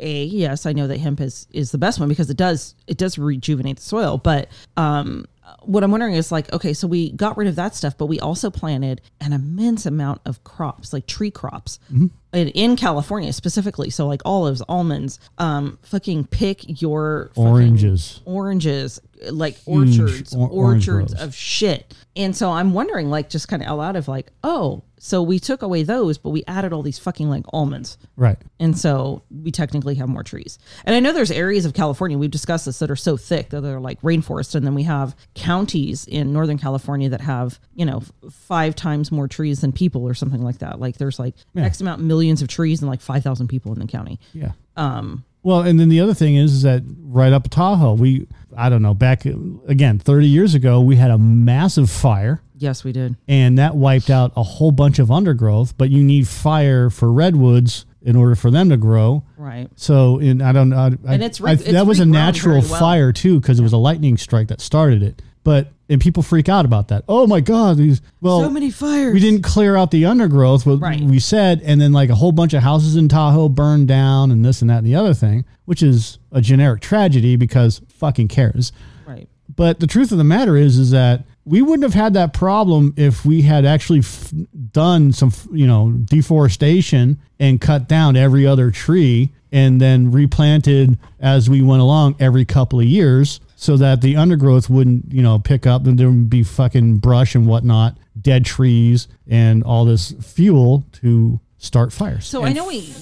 a yes i know that hemp is is the best one because it does it does rejuvenate the soil but um what i'm wondering is like okay so we got rid of that stuff but we also planted an immense amount of crops like tree crops in, in california specifically so like olives almonds um fucking pick your fucking
Oranges.
oranges like orchards
or- orange
orchards
groves.
of shit and so i'm wondering like just kind of out loud of like oh so we took away those but we added all these fucking like almonds
Right.
and so we technically have more trees. And I know there's areas of California, we've discussed this, that are so thick that they're like rainforest. And then we have counties in Northern California that have, you know, f- five times more trees than people or something like that. Like there's like X amount millions of trees and like 5,000 people in the county.
Yeah. Um. Well, and then the other thing is, is that right up Tahoe, we I don't know back again thirty years ago, we had a massive fire.
Yes, we did.
and that wiped out a whole bunch of undergrowth. But you need fire for redwoods in order for them to grow.
Right.
So in I don't know. I,
And it's re-
I-
it's
that was a
regrown
natural
very well.
fire too because it was a lightning strike that started it. But and people freak out about that. Oh my God! These well,
so many fires.
we didn't clear out the undergrowth, what
Right.
we said, and then like a whole bunch of houses in Tahoe burned down, and this and that and the other thing, which is a generic tragedy because fucking cares.
Right.
But the truth of the matter is, is that we wouldn't have had that problem if we had actually f- done some, f- you know, deforestation and cut down every other tree and then replanted as we went along every couple of years so that the undergrowth wouldn't, you know, pick up and there would be fucking brush and whatnot, dead trees and all this fuel to start fires
So I know we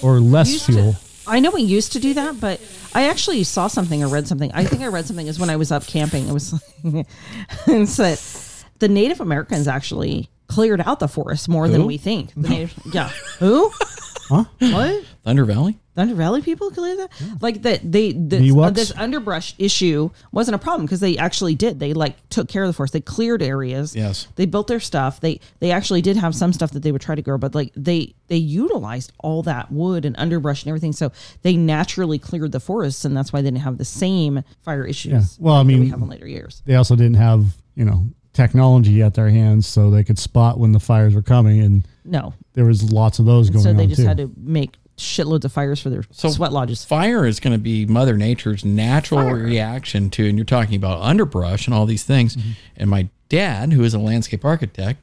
or less
used
fuel.
to. I know we used to do that, but I actually saw something or read something. I think I read something is when I was up camping. It was <laughs> it's that the Native Americans actually cleared out the forest more than
Who?
we think. The Native, yeah. Who?
Huh?
What?
Thunder Valley?
Thunder Valley people clear that? Like that they this,
Ewoks?
this underbrush issue wasn't a problem because they actually did. They like took care of the forest. They cleared areas.
Yes.
They built their stuff. They they actually did have some stuff that they would try to grow, but like they they utilized all that wood and underbrush and everything. So they naturally cleared the forests and that's why they didn't have the same fire issues.
Well, I
that we
mean,
have in later years.
they also didn't have you know technology at their hands, so they could spot when the fires were coming, and
No.
there was lots of those going
So they
on
just
too.
had to make shitloads of fires for their
So-
sweat lodges.
Fire is going to be Mother Nature's natural reaction to, and you're talking about underbrush and all these things. And my dad, who is a landscape architect,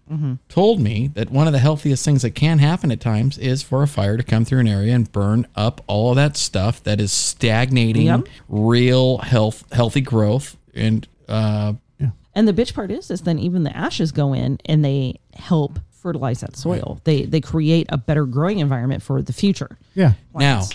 told me that one of the healthiest things that can happen at times is for a fire to come through an area and burn up all of that stuff that is stagnating
Yep.
real health, healthy growth. And uh,
And the bitch part is, is then even the ashes go in and they help fertilize that soil. They they create a better growing environment for the future.
yeah,
now,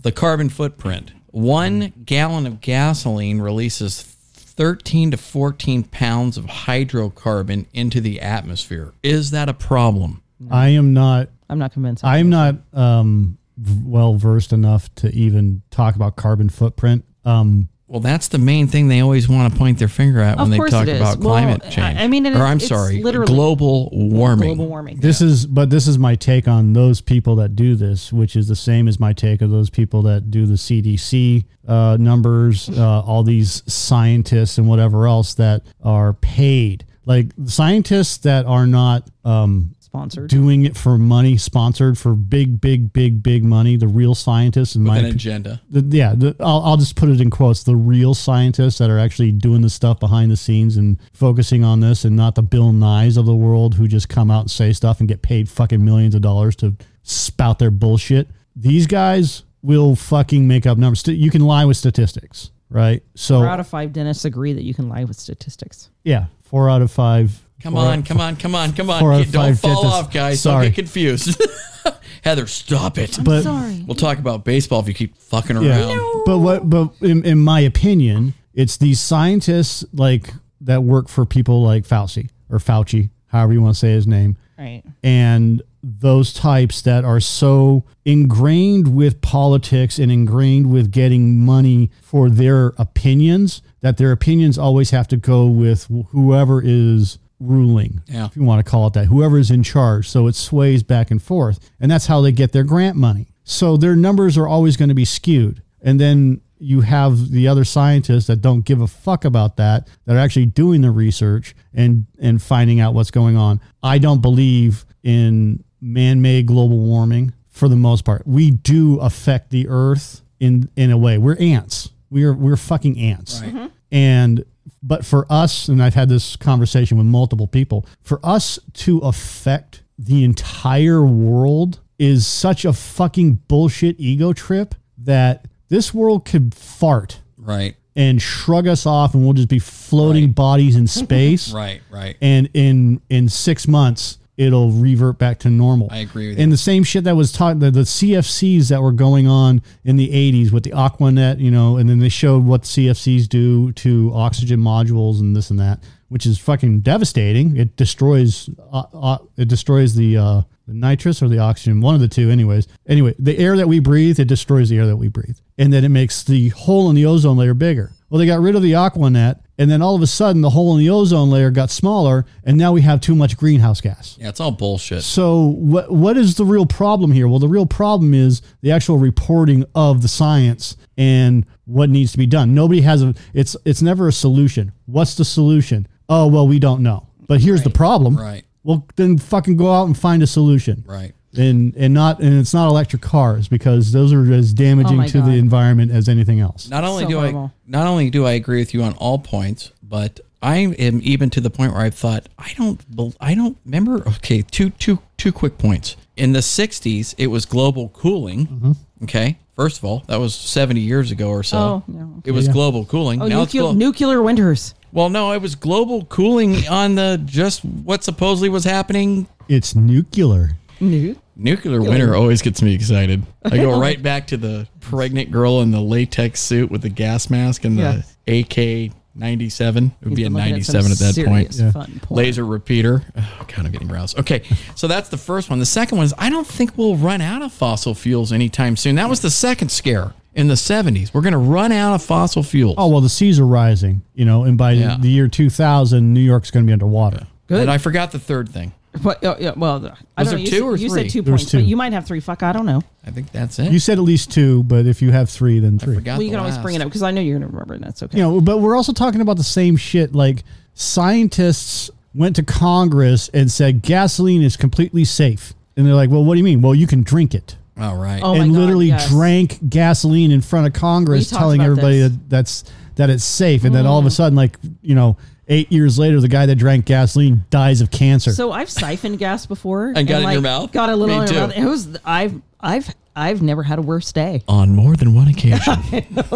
the carbon footprint. One gallon of gasoline releases 13 to 14 pounds of hydrocarbon into the atmosphere. Is that a problem?
I am not.
I'm not convinced.
I am not um, v- well versed enough to even talk about carbon footprint. Um,
Well, that's the main thing they always want to point their finger at
Of
when they
course
talk
it is.
about
Well,
climate
I-
change.
I mean, and
or
it's-
I'm
it's
sorry,
literally
global warming.
global warming.
This is, but this is my take on those people that do this, which is the same as my take of those people that do the CDC uh, numbers, uh, all these scientists and whatever else that are paid. Like scientists that are not um,
sponsored.
doing it for money, sponsored for big, big, big, big money. The real scientists, in my
An
opinion.
agenda.
The, yeah, the, I'll, I'll just put it in quotes. The real scientists that are actually doing the stuff behind the scenes and focusing on this, and not the Bill Nyes of the world who just come out and say stuff and get paid fucking millions of dollars to spout their bullshit. These guys will fucking make up numbers. St- You can lie with statistics, right? So
Four out of five dentists agree that you can lie with statistics.
yeah, four out of five.
Come
four
on, come on, come on, come on.
oh
Four out of
Don't
five
fall
dentists.
off, guys.
Sorry.
Don't get confused. <laughs> Heather, stop it.
But
Sorry.
we'll talk about baseball if you keep fucking around.
Yeah. But what? But in, in my opinion, it's these scientists like that work for people like Fauci or Fauci, however you want to say his name,
Right.
and those types that are so ingrained with politics and ingrained with getting money for their opinions that their opinions always have to go with whoever is ruling
Yeah.
if you want to call it that, whoever is in charge. So it sways back and forth. And that's how they get their grant money. So their numbers are always going to be skewed. And then you have the other scientists that don't give a fuck about that, that are actually doing the research and, and finding out what's going on. I don't believe in man made global warming for the most part. We do affect the earth in, in a way. We're ants. We're, we're fucking ants. And but for us, and I've had this conversation with multiple people, for us to affect the entire world is such a fucking bullshit ego trip that this world could fart
Right,
and shrug us off and we'll just be floating
Right.
bodies
<laughs>
in space.
right, right.
And in in six months it'll revert back to normal.
I agree with you.
And the same shit that was taught the, the CFCs that were going on in the 80s with the Aquanet, you know, and then they showed what CFCs do to oxygen modules and this and that, which is fucking devastating. It destroys uh, uh, it destroys the uh, the nitrous or the oxygen, one of the two anyways. Anyway, the air that we breathe, it destroys the air that we breathe. And then it makes the hole in the ozone layer bigger. Well, they got rid of the Aquanet and then all of a sudden the hole in the ozone layer got smaller and now we have too much greenhouse gas.
yeah, it's all bullshit.
So what what is the real problem here? Well, the real problem is the actual reporting of the science and what needs to be done. Nobody has a it's it's never a solution. What's the solution? Oh, well, we don't know. But here's the problem.
Right.
Well, then fucking go out and find a solution.
Right.
And and not and it's not electric cars because those are as damaging
Oh my
to
God.
the environment as anything else.
Not only
So
do
horrible.
I not only do I agree with you on all points, but I am even to the point where I've thought I don't bel- I don't remember. Okay, two two two quick points. In the '60s, it was global cooling. Okay, first of all, that was 70 years ago or so.
Oh, no.
It was global cooling.
Oh,
now it's
nuclear,
glo-
nuclear winters.
well, no, it was global cooling on the just what supposedly was happening.
It's nuclear.
New.
Nuclear winter always gets me excited.
<laughs>
I go right back to the pregnant girl in the latex suit with the gas mask and the AK 97. It would be a 97 at that point.
Fun porn.
Laser repeater. Oh, God, I'm getting roused. Okay, so that's the first one. The second one is I don't think we'll run out of fossil fuels anytime soon. That was the second scare in the 70s. We're going to run out of fossil fuels.
Oh well, the seas are rising, you know, and by
Yeah.
the year 2000, New York's going to be underwater.
Good.
And I forgot the third thing.
What, oh, yeah, well, I
Was
don't
there
know. You,
two
said-
or
you
three?
said two
There was
points,
two.
but you might have three. Fuck, I don't know.
I think that's it.
You said at least two, but if you have three, then three.
forgot
Well, you
the
can always
last.
bring it up because I know you're going to remember, and that's okay.
You know, but we're also talking about the same shit. Like scientists went to Congress and said gasoline is completely safe, and they're like, "Well, what do you mean? Well, you can drink it."
All right.
Oh. my
and
God,
literally
yes.
drank gasoline in front of Congress,
We talked
telling
about
everybody
this. Mm.
that that's that it's safe, and then all of a sudden, like you know, eight years later, the guy that drank gasoline dies of cancer.
So I've siphoned gas before and,
got it in your mouth?
Got a
Me
little in
too.
your mouth. It was I've I've I've never had a worse day. <laughs>
On more than one occasion.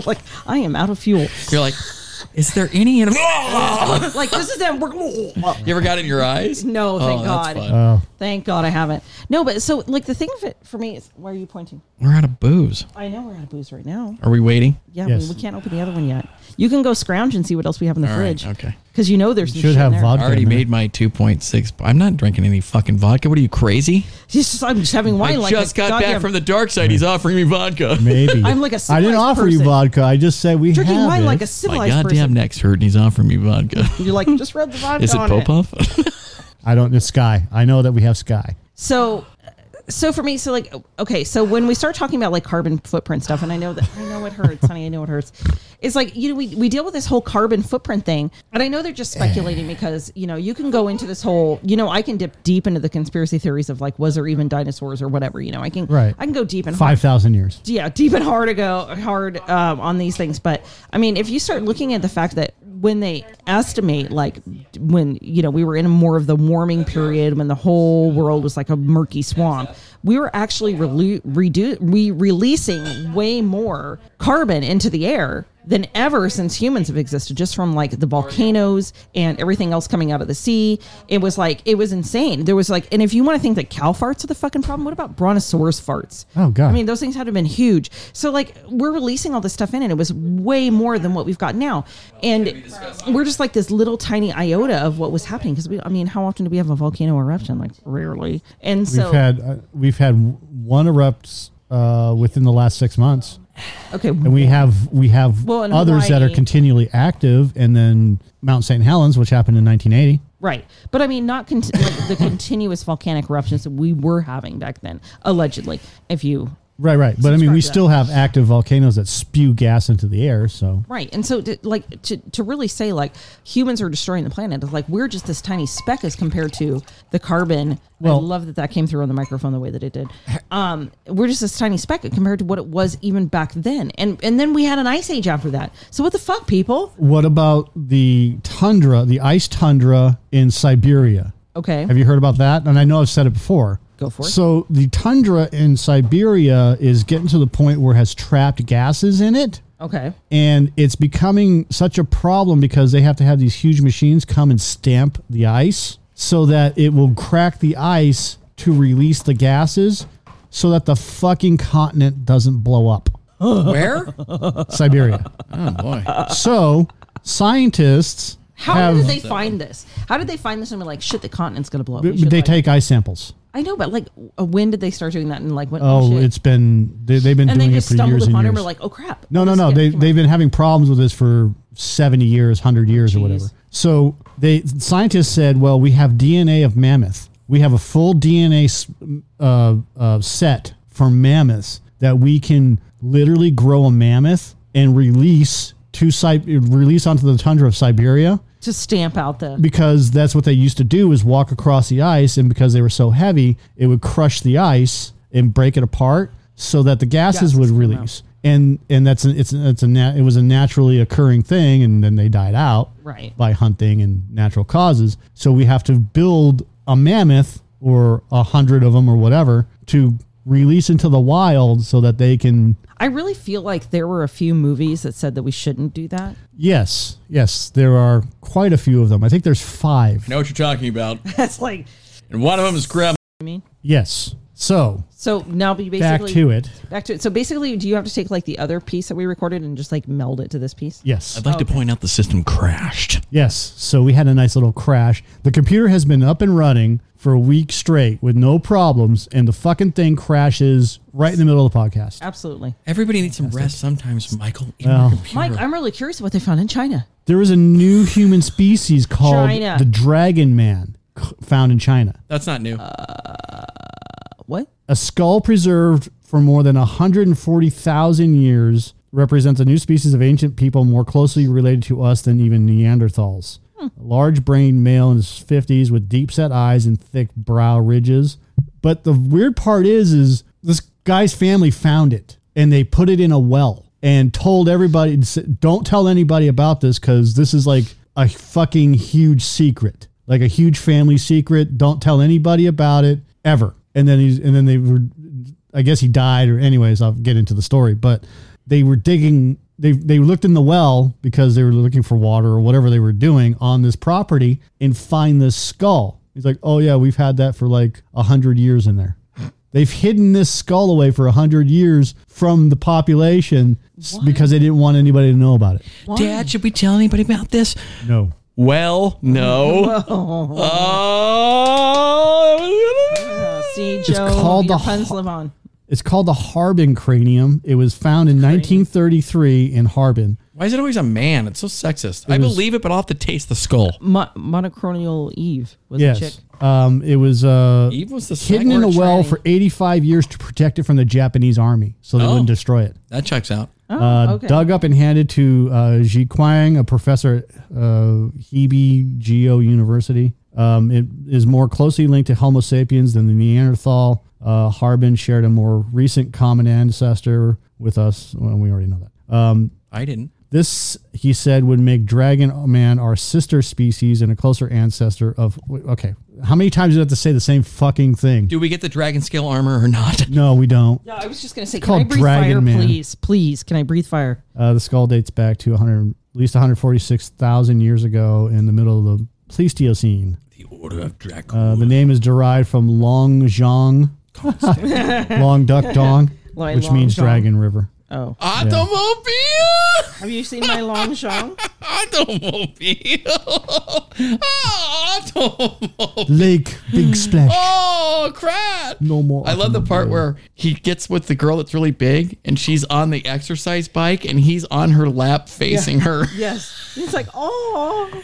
like I am out of fuel.
You're like, is there any
<laughs>
in
like this is that work.
You ever got it in your eyes?
<laughs> No,
Oh,
thank
that's
God.
fun.
Thank God I haven't. No, but so like the thing of it for me is where are you pointing?
We're out of booze.
I know we're out of booze right now.
Are we waiting?
Yeah,
Yes.
we, we can't open the other one yet. You can go scrounge and see what else we have in the
All right,
fridge.
okay.
Because you know there's some
Should
shit in
have
there.
vodka.
I already
in there.
made my 2.6. I'm not drinking any fucking vodka. What are you, crazy?
It's just- I'm just having wine.
I
like
just
a
got
goddamn-
back from the dark side. He's offering me <laughs> vodka.
Maybe
<laughs> I'm like a
I didn't
civilized
offer you
person.
vodka. I just said we
drinking
have
wine
it.
like a
My
civilized
goddamn
person.
neck's hurt and he's offering
<laughs>
me vodka.
You're like just rub the vodka
<laughs> Is it
on it.
<laughs> Popov?
I don't. It's Sky. I know that we have Sky.
So, so for me, so like, okay, so when we start talking about like carbon footprint stuff, and I know that I know it hurts, honey, I know it hurts. It's like you know we we deal with this whole carbon footprint thing, and I know they're just speculating because you know you can go into this whole you know I can dip deep into the conspiracy theories of like was there even dinosaurs or whatever you know I can
Right.
I can go deep and
Five thousand years.
yeah, deep and hard to go hard um, on these things. But I mean, if you start looking at the fact that when they estimate, like when you know we were in more of the warming period, when the whole world was like a murky swamp, we were actually relu- redu- re releasing way more carbon into the air than ever since humans have existed just from like the volcanoes and everything else coming out of the sea it was like it was insane there was like and if you want to think that cow farts are the fucking problem what about brontosaurus farts
Oh, God.
i mean those things had to have been huge so like we're releasing all this stuff in and it was way more than what we've got now and we're just like this little tiny iota of what was happening because we i mean how often do we have a volcano eruption like rarely and
We've
so
had uh, we've had one erupt uh, within the last six months.
okay
And we have we have
Well, in
others that are
Hawaii-
continually active, and then Mount St. Helens, which happened in 1980.
Right. But I mean, not con- like the continuous volcanic eruptions that we were having back then, allegedly. If you.
Right, right. But I mean, we
Subscribe to that.
still have active volcanoes that spew gas into the air. So
Right. And so, to, like, to, to really say, like, humans are destroying the planet, it's like, we're just this tiny speck as compared to the carbon. I
Well-
love that that came through on the microphone the way that it did. Um, we're just this tiny speck compared to what it was even back then. And, and then we had an ice age after that. So, what the fuck, people?
what about the tundra, the ice tundra in Siberia?
Okay.
Have you heard about that? And I know I've said it before.
Go for it.
So the tundra in Siberia is getting to the point where it has trapped gases in it.
okay.
And it's becoming such a problem because they have to have these huge machines come and stamp the ice so that it will crack the ice to release the gases so that the fucking continent doesn't blow up.
Where?
Siberia.
Oh, <laughs> boy.
so scientists
How
have
did they find this? How did they find this and be like, shit, the continent's going to blow up? We
they,
should, like-
take ice samples.
I know, but like, uh, when did they start doing that? And like, when?
Oh,
shit.
it's been they, they've been
and they
doing it
just
for years
stumbled
and
upon
years.
it. and We're like, oh crap!
No, no,
This
no.
is
They
gonna come out.
they've been having problems with this for seventy years, hundred years, or
Jeez.
whatever. So they scientists said, well, we have DNA of mammoth. We have a full DNA s- uh, uh, set for mammoths that we can literally grow a mammoth and release to Si- release onto the tundra of Siberia
to stamp out the.
because that's what they used to do is walk across the ice and because they were so heavy it would crush the ice and break it apart so that the gases
Gases
would
come
release and and that's an, it's it's a nat, it was a naturally occurring thing, and then they died out
Right.
by hunting and natural causes. So we have to build a mammoth or a hundred of them or whatever to release into the wild so that they can.
I really feel like there were a few movies that said that we shouldn't do that.
Yes, yes, there are quite a few of them. I think there's five.
I know what you're talking about.
<laughs> That's like,
And one of them is grub.
I mean,
Yes. So
so now we basically
back to it.
Back to it. So basically, do you have to take like the other piece that we recorded and just like meld it to this piece?
Yes.
I'd like to point out the system crashed.
Yes. So we had a nice little crash. The computer has been up and running for a week straight with no problems, and the fucking thing crashes right in the middle of the podcast.
Absolutely.
Everybody needs some rest sometimes, Michael. in
Well.
your computer.
Mike, I'm really curious what they found in China.
There is a new human species called
China.
the Dragon Man c- found in China.
That's not new.
Uh, What?
A skull preserved for more than 140,000 years represents a new species of ancient people more closely related to us than even Neanderthals. A large brained male in his 50s with deep set eyes and thick brow ridges. But the weird part is is this guy's family found it and they put it in a well and told everybody and said, don't tell anybody about this cuz this is like a fucking huge secret. Like a huge family secret. Don't tell anybody about it ever. And then he's and then they were I guess he died or anyways, I'll get into the story, but they were digging they they looked in the well because they were looking for water or whatever they were doing on this property and find this skull. He's like, "Oh yeah, we've had that for like a 100 years in there." They've hidden this skull away for a 100 years from the population s- because they didn't want anybody to know about it.
Dad, should we tell anybody about this?
No.
Well,
<laughs>
no.
Uh,
Oh.
see, Joe,
called
your
the
puns
ho-
live on.
It's called the Harbin cranium. It was found in 1933 in Harbin.
Why is it always a man? It's so sexist. I believe it, but I'll have to taste the skull.
Mo- monochronial Eve was a chick.
Yes. Um, it was uh,
Eve was the
hidden in a
second-
well
training.
for 85 years to protect it from the Japanese army so they
Oh.
wouldn't destroy it.
That checks out.
Oh,
uh,
okay.
dug up and handed to uh, Ji Kwang, a professor at uh, Hebe Geo University. Um, it is more closely linked to Homo sapiens than the Neanderthal. Uh, Harbin shared a more recent common ancestor with us. Well, we already know that. Um,
I didn't.
this, he said, would make Dragon Man our sister species and a closer ancestor of. wait, Okay, how many times do you have to say the same fucking thing?
Do we get the dragon scale armor or not? <laughs>
No, we don't.
no, I was just gonna say, can
called
I breathe
Dragon
fire,
Man.
please? Please, can I breathe fire?
Uh, the skull dates back to 100, at least 146,000 years ago in the middle of the Pleistocene.
The Order of Draco.
Uh, the name is derived from Long Zhang, Long Duck Dong,
Long
which means
Zhang.
Dragon River.
Oh,
Automobile!
have you seen my long shong?
<laughs> Automobile! <laughs> Oh, Automobile!
Lake Big Splash.
Oh, crap!
No more.
I love the part where he gets with the girl that's really big and she's on the exercise bike and he's on her lap facing her.
<laughs> yes. It's like, oh,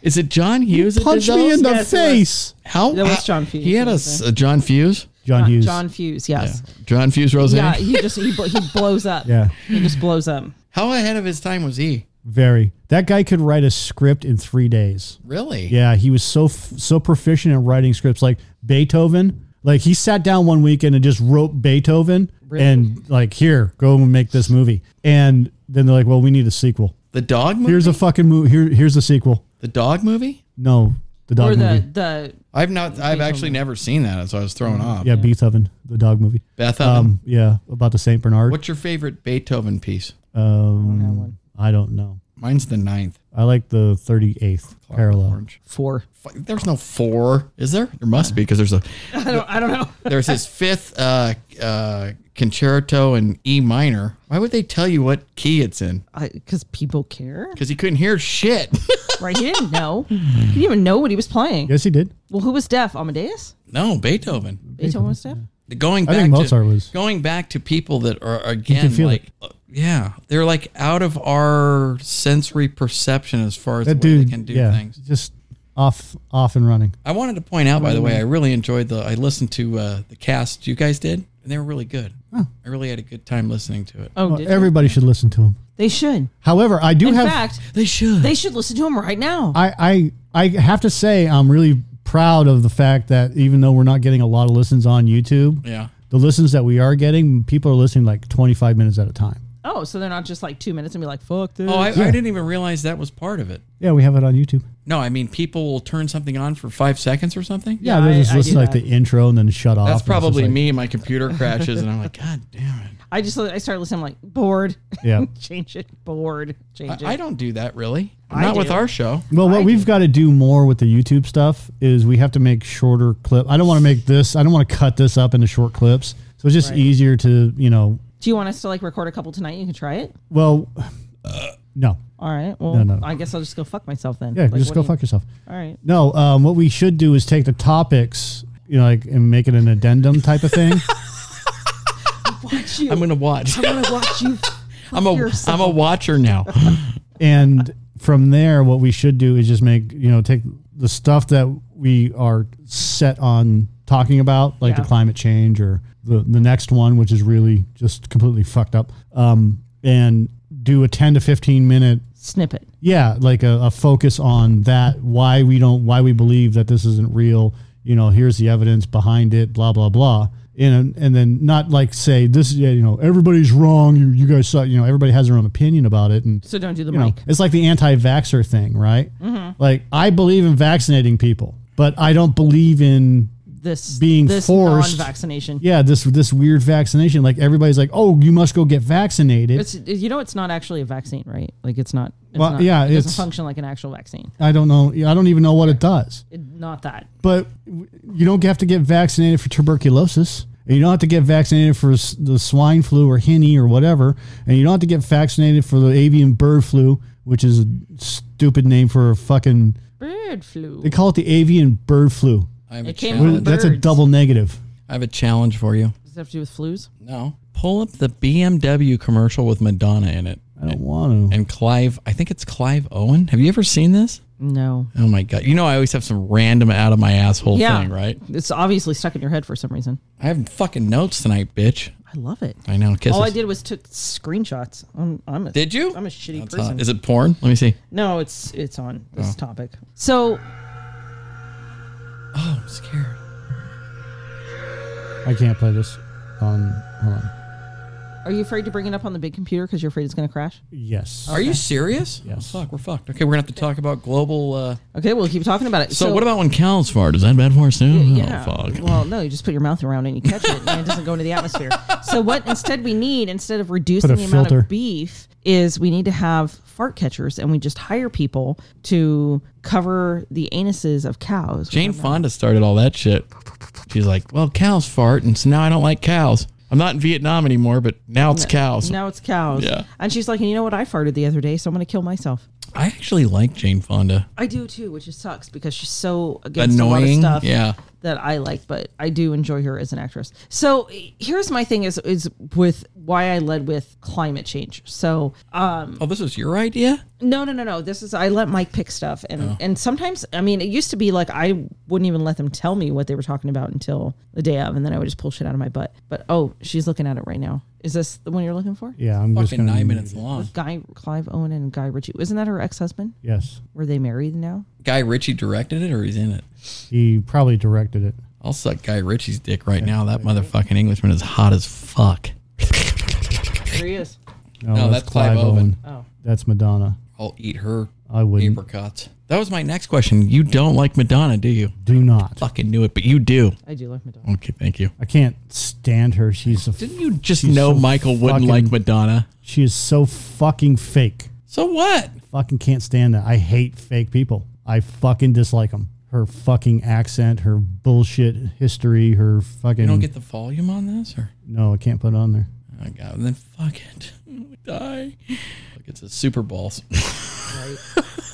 Is it John Hughes? that
Punch
did
me
those?
in the
Yes, it was.
face.
How?
That was
how-
John Fuse,
He had a,
wasn't
s- a John Fuse.
John Hughes.
Uh, John Fuse. Yes.
John Fuse Rose.
Yeah. he just he, bl- he blows up.
Yeah,
He just blows up.
How ahead of his time was he?
very. That guy could write a script in three days.
Really?
Yeah, he was so f- so proficient at writing scripts like Beethoven. Like he sat down one weekend and just wrote Beethoven and like here, go and make this movie. And then they're like, "Well, we need a sequel.
The dog movie.
Here's a fucking movie. Here, here's the sequel."
the dog movie.
No, the dog
Or the
movie.
the
I've not. I've actually never seen that, so I was thrown off.
Yeah, Beethoven, the dog movie.
Beth,
Um, yeah, about the Saint Bernard.
what's your favorite Beethoven piece?
um, I don't know.
Mine's the ninth.
I like the thirty eighth parallel.
Orange.
four.
F- There's no four, is there? There must be because there's a
<laughs> I don't. I don't
<laughs>
know.
there's his fifth uh, uh, concerto in E minor. Why would they tell you what key it's in?
Because people care,
Because he couldn't hear shit. <laughs>
right? He didn't know. He didn't even know what he was playing.
Yes, he did.
Well, who was deaf? Amadeus.
no, Beethoven.
Beethoven was deaf.
going
I
back
think Mozart
to,
was-
going back to people that are again
feel
like uh, yeah they're like out of our sensory perception as far as
That
the way
dude
they can do
yeah,
things
just off off and running.
i wanted to point out by the way i really enjoyed the i listened to uh, the cast you guys did and they were really good i really had a good time listening to it
Oh, did you?
Everybody should listen to him.
they should.
However, I do
In
have
fact,
they should
they should listen to him right now.
I, I I have to say I'm really proud of the fact that even though we're not getting a lot of listens on YouTube,
yeah
the listens that we are getting, people are listening like 25 minutes at a time.
Oh, so they're not just like two minutes and be like, fuck this.
Oh, I,
Yeah.
I didn't even realize that was part of it.
Yeah, we have it on YouTube.
No, I mean people will turn something on for five seconds or something.
Yeah,
Yeah,
they
I-
just
I
listen
do
to like
that.
the intro and then shut off.
That's
and it's just
probably
like-
me. My computer crashes, and I'm like, God damn it!
<laughs> I just I started listening. I'm like bored. <laughs>
Yeah.
change it. Bored. Change it.
I, I don't do that really.
I
Not with
do.
our show.
Well, what we've got to do more with the YouTube stuff is we have to make shorter clip. I don't want to make this. I don't want to cut this up into short clips. So it's just easier to you know.
Do you want us to like record a couple tonight? You can try it.
Well, <sighs> no.
All right. Well,
No, no.
I guess I'll just go fuck myself then.
Yeah,
Like,
just
what
go
do you-
fuck yourself.
All right. <laughs>
No, um, what we should do is take the topics, you know, like and make it an addendum type of thing.
Watch you.
I'm
<laughs>
gonna watch.
I'm gonna watch you.
I'm a
yourself.
am a
<laughs>
watcher now.
and from there, what we should do is just make you know take the stuff that we are set on talking about, like the
Yeah.
climate change or the the next one, which is really just completely fucked up, um, and do a ten to fifteen minute.
Snippet.
Yeah, like a, a focus on that. Why we don't, why we believe that this isn't real. You know, here's the evidence behind it. Blah blah blah. And and then not like say this. is, You know, everybody's wrong. You you guys saw. You know, everybody has their own opinion about it. And
So don't do the
you know,
mic.
it's like the anti-vaxxer thing, right? Like I believe in vaccinating people, but I don't believe in
This
being
this
forced-
non-vaccination.
yeah this this weird vaccination. Like everybody's like, oh, you must go get vaccinated.
It's you know it's not actually a vaccine, right? Like it's not. It's
Well,
not,
yeah,
it doesn't
it's-
function like an actual vaccine.
I don't know. I don't even know what it does.
It, not that.
But w- you don't have to get vaccinated for tuberculosis. And you don't have to get vaccinated for s- the swine flu or henny E or whatever. And you don't have to get vaccinated for the avian bird flu, which is a stupid name for a fucking.
Bird flu.
They call it the avian bird flu.
I have, a
It came
challenge.
from-
That's a
Birds.
double negative.
I have a challenge for you.
Does it have to do with flus?
No, pull up the BMW commercial with Madonna in it
I don't want to.
and Clive. I think it's Clive Owen. Have you ever seen this?
No.
Oh my god! You know I always have some random out of my asshole
Yeah.
thing, right?
It's obviously stuck in your head for some reason.
I have fucking notes tonight, bitch.
I love it.
I know. Kisses.
All Oh, I did was took screenshots. I'm, I'm a,
Did you?
I'm a shitty
That's
person.
hot. Is it Oh. porn? Let me see.
No, it's it's on this topic. So
Oh, I'm scared.
I can't play this on. Hold on.
Are you afraid to bring it up on the big computer because you're afraid it's going to crash?
Yes.
Are you serious?
Yes.
Oh, fuck, we're fucked. Okay, we're gonna have to talk about global. Uh,
Okay, we'll keep talking about it.
so, what about when cows fart? Is that bad for us too?
Yeah.
Oh, fuck.
Well, no, you just put your mouth around it and you catch it, and it doesn't go into the atmosphere. So what instead we need, instead of reducing
Put
the
a
amount
filter.
of beef, is we need to have fart catchers, and we just hire people to cover the anuses of cows.
Jane Fonda started all that shit. She's like, well, cows fart, and so now I don't like cows. I'm not in Vietnam anymore, but now it's cows.
Now it's cows.
Yeah.
And she's like, and you know what? I farted the other day, so I'm going to kill myself.
I actually like Jane Fonda.
I do too, which just sucks because she's so against
Annoying,
a lot of stuff
yeah.
that I like, but I do enjoy her as an actress. So eh, here's my thing is is with why I led with climate change. So um
Oh, this is your idea?
no no no no. This is I let Mike pick stuff and and sometimes I mean it used to be like I wouldn't even let them tell me what they were talking about until the day of and then I would just pull shit out of my butt. But oh, she's looking at it right now. Is this the one you're looking for?
Yeah, I'm just
Fucking
gonna
nine
mute
minutes
it.
long.
Guy Clive Owen and Guy Ritchie. Isn't that her ex husband?
Yes,
Were they married now?
Guy Ritchie directed it, or he's in it?
he probably directed it.
I'll suck Guy Ritchie's dick right now. That motherfucking Englishman is hot as fuck.
There he is.
No, that's Clive Owen.
Oh.
That's Madonna.
I'll eat her
I wouldn't.
apricots. That was my next question. You don't like Madonna, do you?
Do not.
Fucking knew it, but you do.
I do like Madonna.
Okay, thank you.
I can't stand her. She's a.
Didn't you just
She's
know
so
Michael wouldn't
fucking-
like Madonna?
She is so fucking fake.
So what?
Fucking can't stand that. I hate fake people. I fucking dislike them. Her fucking accent, her bullshit history, her fucking.
You don't get the volume on this, or
no, I can't put it on there.
oh god, then fuck it, <laughs> We die. Look, it's a Super Bowls, <laughs>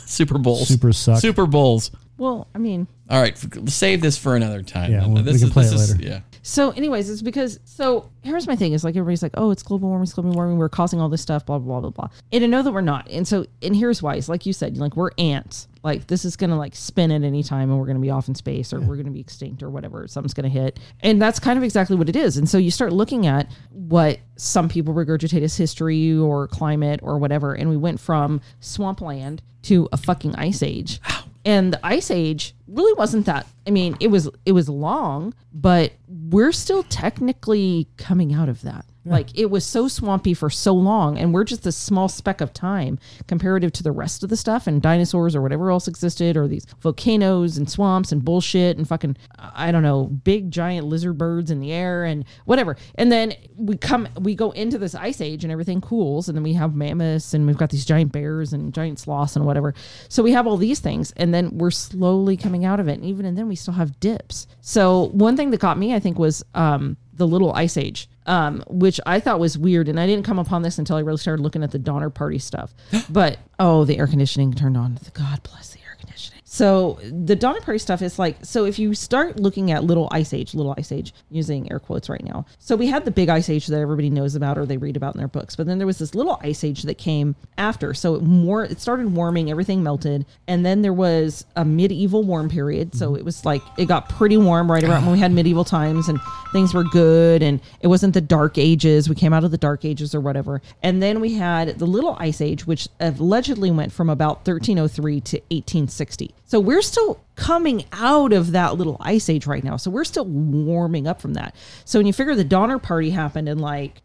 Super Bowls,
Super suck.
Super Bowls.
Well, I mean,
All right, f- save this for another time.
Yeah,
Then.
well,
this
we can
is,
play
this
it
is-
later.
Yeah,
So, anyways, it's because so here's my thing: is like everybody's like, "Oh, it's global warming, it's global warming. We're causing all this stuff, blah blah blah blah blah." And I know that we're not. And so, and here's why: is like you said, like we're ants. Like this is gonna like spin at any time, and we're gonna be off in space, or we're gonna be extinct, or whatever. Something's gonna hit, and that's kind of exactly what it is. And so you start looking at what some people regurgitate as history or climate or whatever, and we went from swampland to a fucking ice age. And the ice age really wasn't that. I mean, it was it was long, but we're still technically coming out of that. Like it was so swampy for so long, and we're just this small speck of time comparative to the rest of the stuff and dinosaurs or whatever else existed, or these volcanoes and swamps and bullshit and fucking I don't know, big giant lizard birds in the air and whatever. And then we come, we go into this ice age and everything cools, and then we have mammoths and we've got these giant bears and giant sloths and whatever. So we have all these things, and then we're slowly coming out of it. And even and then we still have dips. So one thing that got me, I think, was um, the little ice age um, which i thought was weird and i didn't come upon this until i really started looking at the donner party stuff but oh the air conditioning turned on god bless the air conditioning so the donner party stuff is like so if you start looking at little ice age little ice age using air quotes right now so we had the big ice age that everybody knows about or they read about in their books but then there was this little ice age that came after so it more it started warming everything melted and then there was a medieval warm period so it was like it got pretty warm right around when we had medieval times and things were good and it wasn't the dark ages we came out of the dark ages or whatever and then we had the little ice age which allegedly went from about 1303 to 1860 so we're still coming out of that little ice age right now so we're still warming up from that so when you figure the donner party happened in like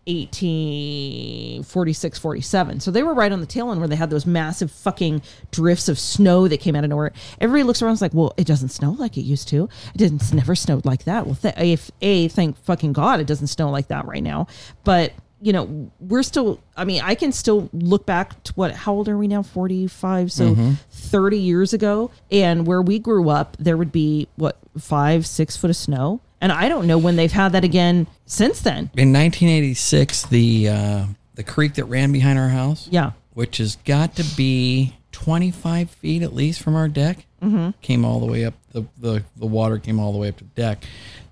1846 47 so they were right on the tail end where they had those massive fucking drifts of snow that came out of nowhere everybody looks around and is like well it doesn't snow like it used to it didn't it's never snowed like that well th- if a thank fucking god it doesn't snow like that right now but you know we're still i mean i can still look back to what how old are we now 45 so
Mm-hmm.
30 years ago and where we grew up there would be what five six foot of snow and i don't know when they've had that again since then
In 1986, the uh, the creek that ran behind our house,
yeah
which has got to be 25 feet at least from our deck,
Mm-hmm.
came all the way up. The, the the water came all the way up to the deck.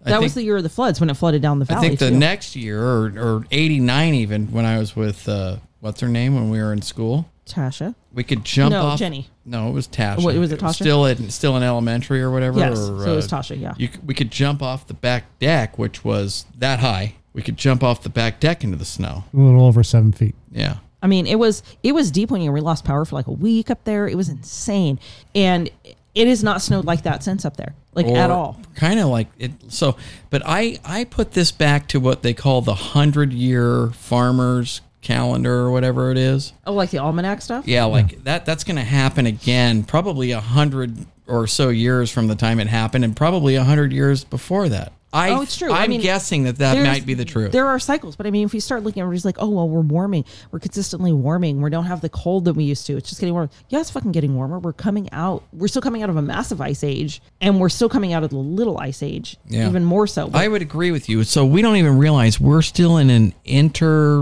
I
that
think-
was the year of the floods when it flooded down the
I
valley
think the
too.
next year or, or 89 even when I was with uh, what's her name when we were in school
tasha
we could jump
No,
off
Jenny.
No, it was Tasha.
What, was it Tasha?
Still in still in elementary or whatever.
Yes,
or, uh,
so it was Tasha, yeah.
you c- we could jump off the back deck which was that high. We could jump off the back deck into the snow.
A little over seven feet.
Yeah.
I mean, it was it was deep when you we lost power for like a week up there. It was insane, and it has not snowed like that since up there, like at all.
Kind of like it. So, but I I put this back to what they call the hundred year farmers calendar or whatever it is.
Oh, like the almanac stuff.
Yeah, like that that's going to happen again probably a hundred or so years from the time it happened and probably a hundred years before that. I,
Oh, it's true.
I'm
I mean,
guessing that that
There's-
might be the truth.
There are cycles, but I mean, if you start looking, everybody's like, "Oh, well, we're warming. We're consistently warming. We don't have the cold that we used to. It's just getting warmer." Yeah, it's fucking getting warmer. We're coming out. We're still coming out of a massive ice age, and we're still coming out of the little ice age,
Yeah.
even more so.
I would agree with you. So we don't even realize we're still in an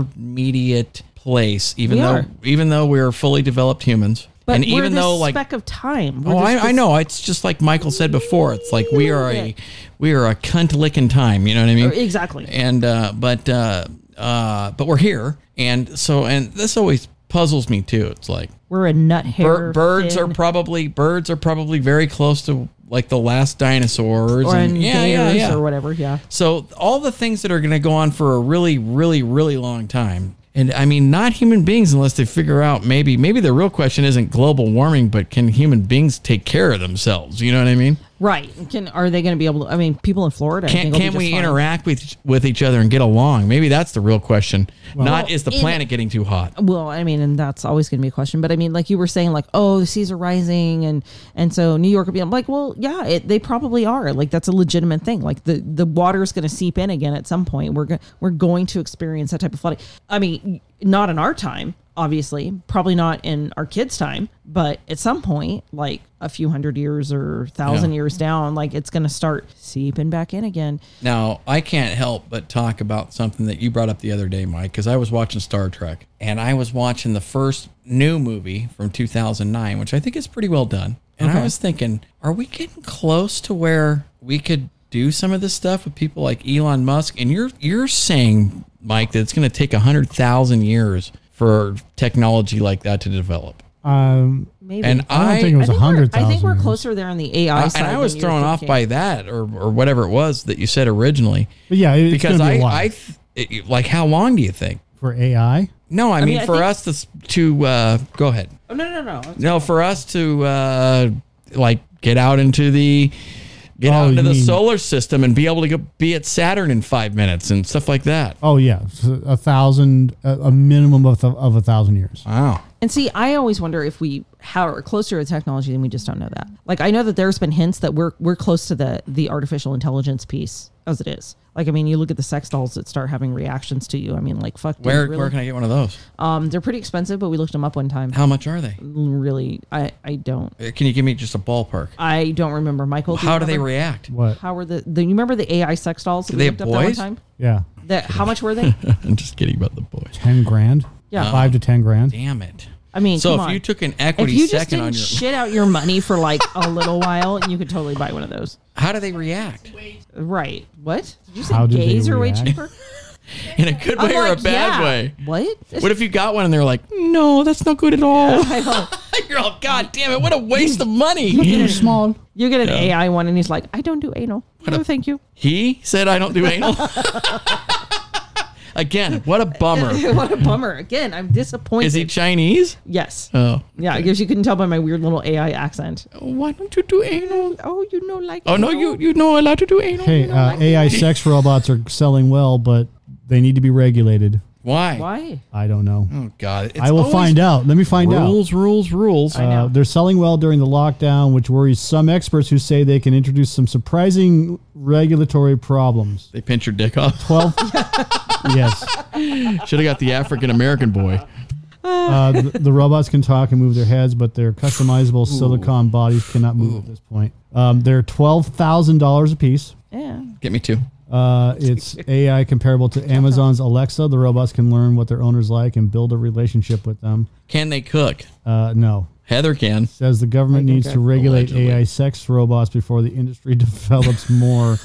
intermediate place, even
We
though
are.
even though we are fully developed humans,
but
and
we're
even
this
though like
speck of time. We're
oh,
just
I, I
this-
know it's just like Michael said before. It's like we are a
bit.
we are a cunt licking time. You know what I mean?
Exactly.
And uh, but uh, uh, but we're here, and so and this always puzzles me too. It's like
We're a nut hair.
bir- birds
fin.
are probably birds are probably very close to like the last dinosaurs
or in
and yeah, yeah,
bears
yeah.
or whatever. Yeah.
So all the things that are going to go on for a really, really, really long time. And I mean, not human beings, unless they figure out maybe, maybe the real question isn't global warming, but can human beings take care of themselves? You know what I mean?
Right. Can are they going to be able to? I mean, people in Florida. I think
Can,
will be
can
just
we
fine.
interact with with each other and get along? Maybe that's the real question. not is the
in-
planet getting too hot?
Well, I mean, and that's always going to be a question. But I mean, like you were saying, like oh, the seas are rising, and and so New York would be. I'm like, well, yeah, it, they probably are. Like that's a legitimate thing. Like the the water is going to seep in again at some point. We're go- we're going to experience that type of flooding. I mean, not in our time, obviously. Probably not in our kids' time. But at some point, like a few hundred years or thousand
Yeah.
years down, like it's going to start seeping back in again.
Now, I can't help but talk about something that you brought up the other day, Mike, because I was watching Star Trek and I was watching the first new movie from 2009, which I think is pretty well done. And I was thinking, are we getting close to where we could do some of this stuff with people like Elon Musk? And you're you're saying, Mike, that it's going to take 100,000 years for technology like that to develop.
Um,
Maybe.
And
I don't
I,
think it was
I think we're-
100,000.
I think we're
years.
closer there on the AI side.
and I
than
was
you
thrown
were
off
thinking.
by that or, or whatever it was that you said originally.
But yeah, it's
because
gonna
I,
be a
I
lot
th- it, like how long do you think?
for AI.
No, I, mean,
mean, I
for
think-
us to s- to uh, go ahead.
Oh, no, no, no.
No, for us to uh, like get out into the get
Oh,
out into
you
the
mean-
solar system and be able to go be at Saturn in five minutes and stuff like that.
Oh yeah, so a thousand, a, a minimum of, th- of a thousand years.
Wow.
And see, I always wonder if we how are closer to technology and we just don't know that. Like I know that there's been hints that we're we're close to the the artificial intelligence piece as it is. Like I mean, you look at the sex dolls that start having reactions to you. I mean, like fuck. dude,
Where
really?
where can I get one of those?
um, they're pretty expensive, but we looked them up one time.
How much are they?
Really, I I don't
Uh, Can you give me just a ballpark?
I don't remember Michael. do you
How do they
<laughs>
remember-
react?
What?
How were the, the you remember the AI sex dolls? That
they
looked
have
up that one
boys?
time.
Yeah,
That how much were
<laughs>
they?
I'm just kidding about the boys.
ten grand.
Yeah.
five to ten grand.
Damn it.
I mean,
so
come
if
on.
you took an
if
equity
you just
second
didn't
on your,
shit out your money for like a little while, you could totally buy one of those.
how do they react?
Right. What? Did you say
How did they
gays are way
react?
<laughs>
cheaper?
In a good
I'm
way or a
like,
bad
yeah.
way?
What?
What if you got one and they're like, no, that's not good at all?
<laughs> I
<laughs>
don't-
<laughs> You're all, God damn it, what a waste of
They're
money.
small.
you get an AI one and he's like, I don't do anal. No, thank you.
He said, I don't do anal. <laughs> Again, what a bummer.
<laughs> what a bummer. Again, I'm disappointed.
Is he Chinese?
yes.
Oh.
yeah, I guess you couldn't tell by my weird little AI accent.
Why don't you do anal?
Oh, you know, like.
Oh, no, you, you know allowed to do anal.
Hey, uh, AI
<laughs>
sex robots are selling well, but they need to be regulated.
Why?
Why?
I don't know.
Oh, God. It's
I will
always
find out. Let me find out.
Rules, rules, rules.
Uh, they're selling well during the lockdown, which worries some experts who say they can introduce some surprising regulatory problems.
they pinch your dick off. <laughs>
Twelve. yes.
Should have got the African American boy.
Uh, th- the robots can talk and move their heads, but their customizable silicon bodies cannot move at this point. Um, they're twelve thousand dollars a piece.
Yeah.
Get me two.
Uh,
<laughs>
it's AI comparable to Amazon's Alexa. The robots can learn what their owners like and build a relationship with them.
Can they cook?
Uh, no.
Heather can.
Says the government needs to regulate
Allegedly.
AI sex robots before the industry <laughs> develops <laughs> more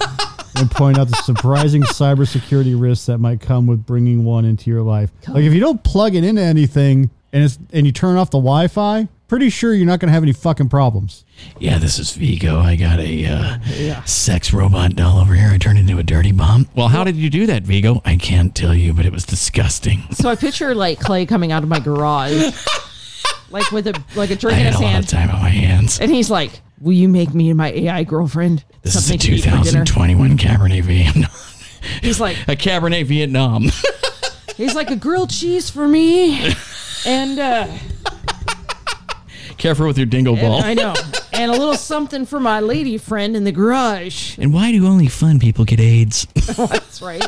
and point out the surprising cybersecurity risks that might come with bringing one into your life. Like, if you don't plug it into anything and, it's, and you turn off the Wi Fi, pretty sure you're not going to have any fucking problems.
Yeah, this is Vigo. I got a uh, sex robot doll over here. I turned into a dirty bomb. Well, how did you do that, Vigo? I can't tell you, but it was disgusting.
So I picture like Clay coming out of my
<laughs>
garage, like with a like a
I
drink in
had
his
a lot
hand,
of time on my hands.
and he's like, "Will you make me and my AI girlfriend
This is a
to eat for dinner?"
2021 Cabernet Vietnam. <laughs>
He's like,
a Cabernet Vietnam. <laughs>
he's like a grilled cheese for me, and uh,
Careful with your dingle
and
ball.
I know, and a little something for my lady friend in the garage.
And why do only fun people get AIDS? <laughs>
That's right.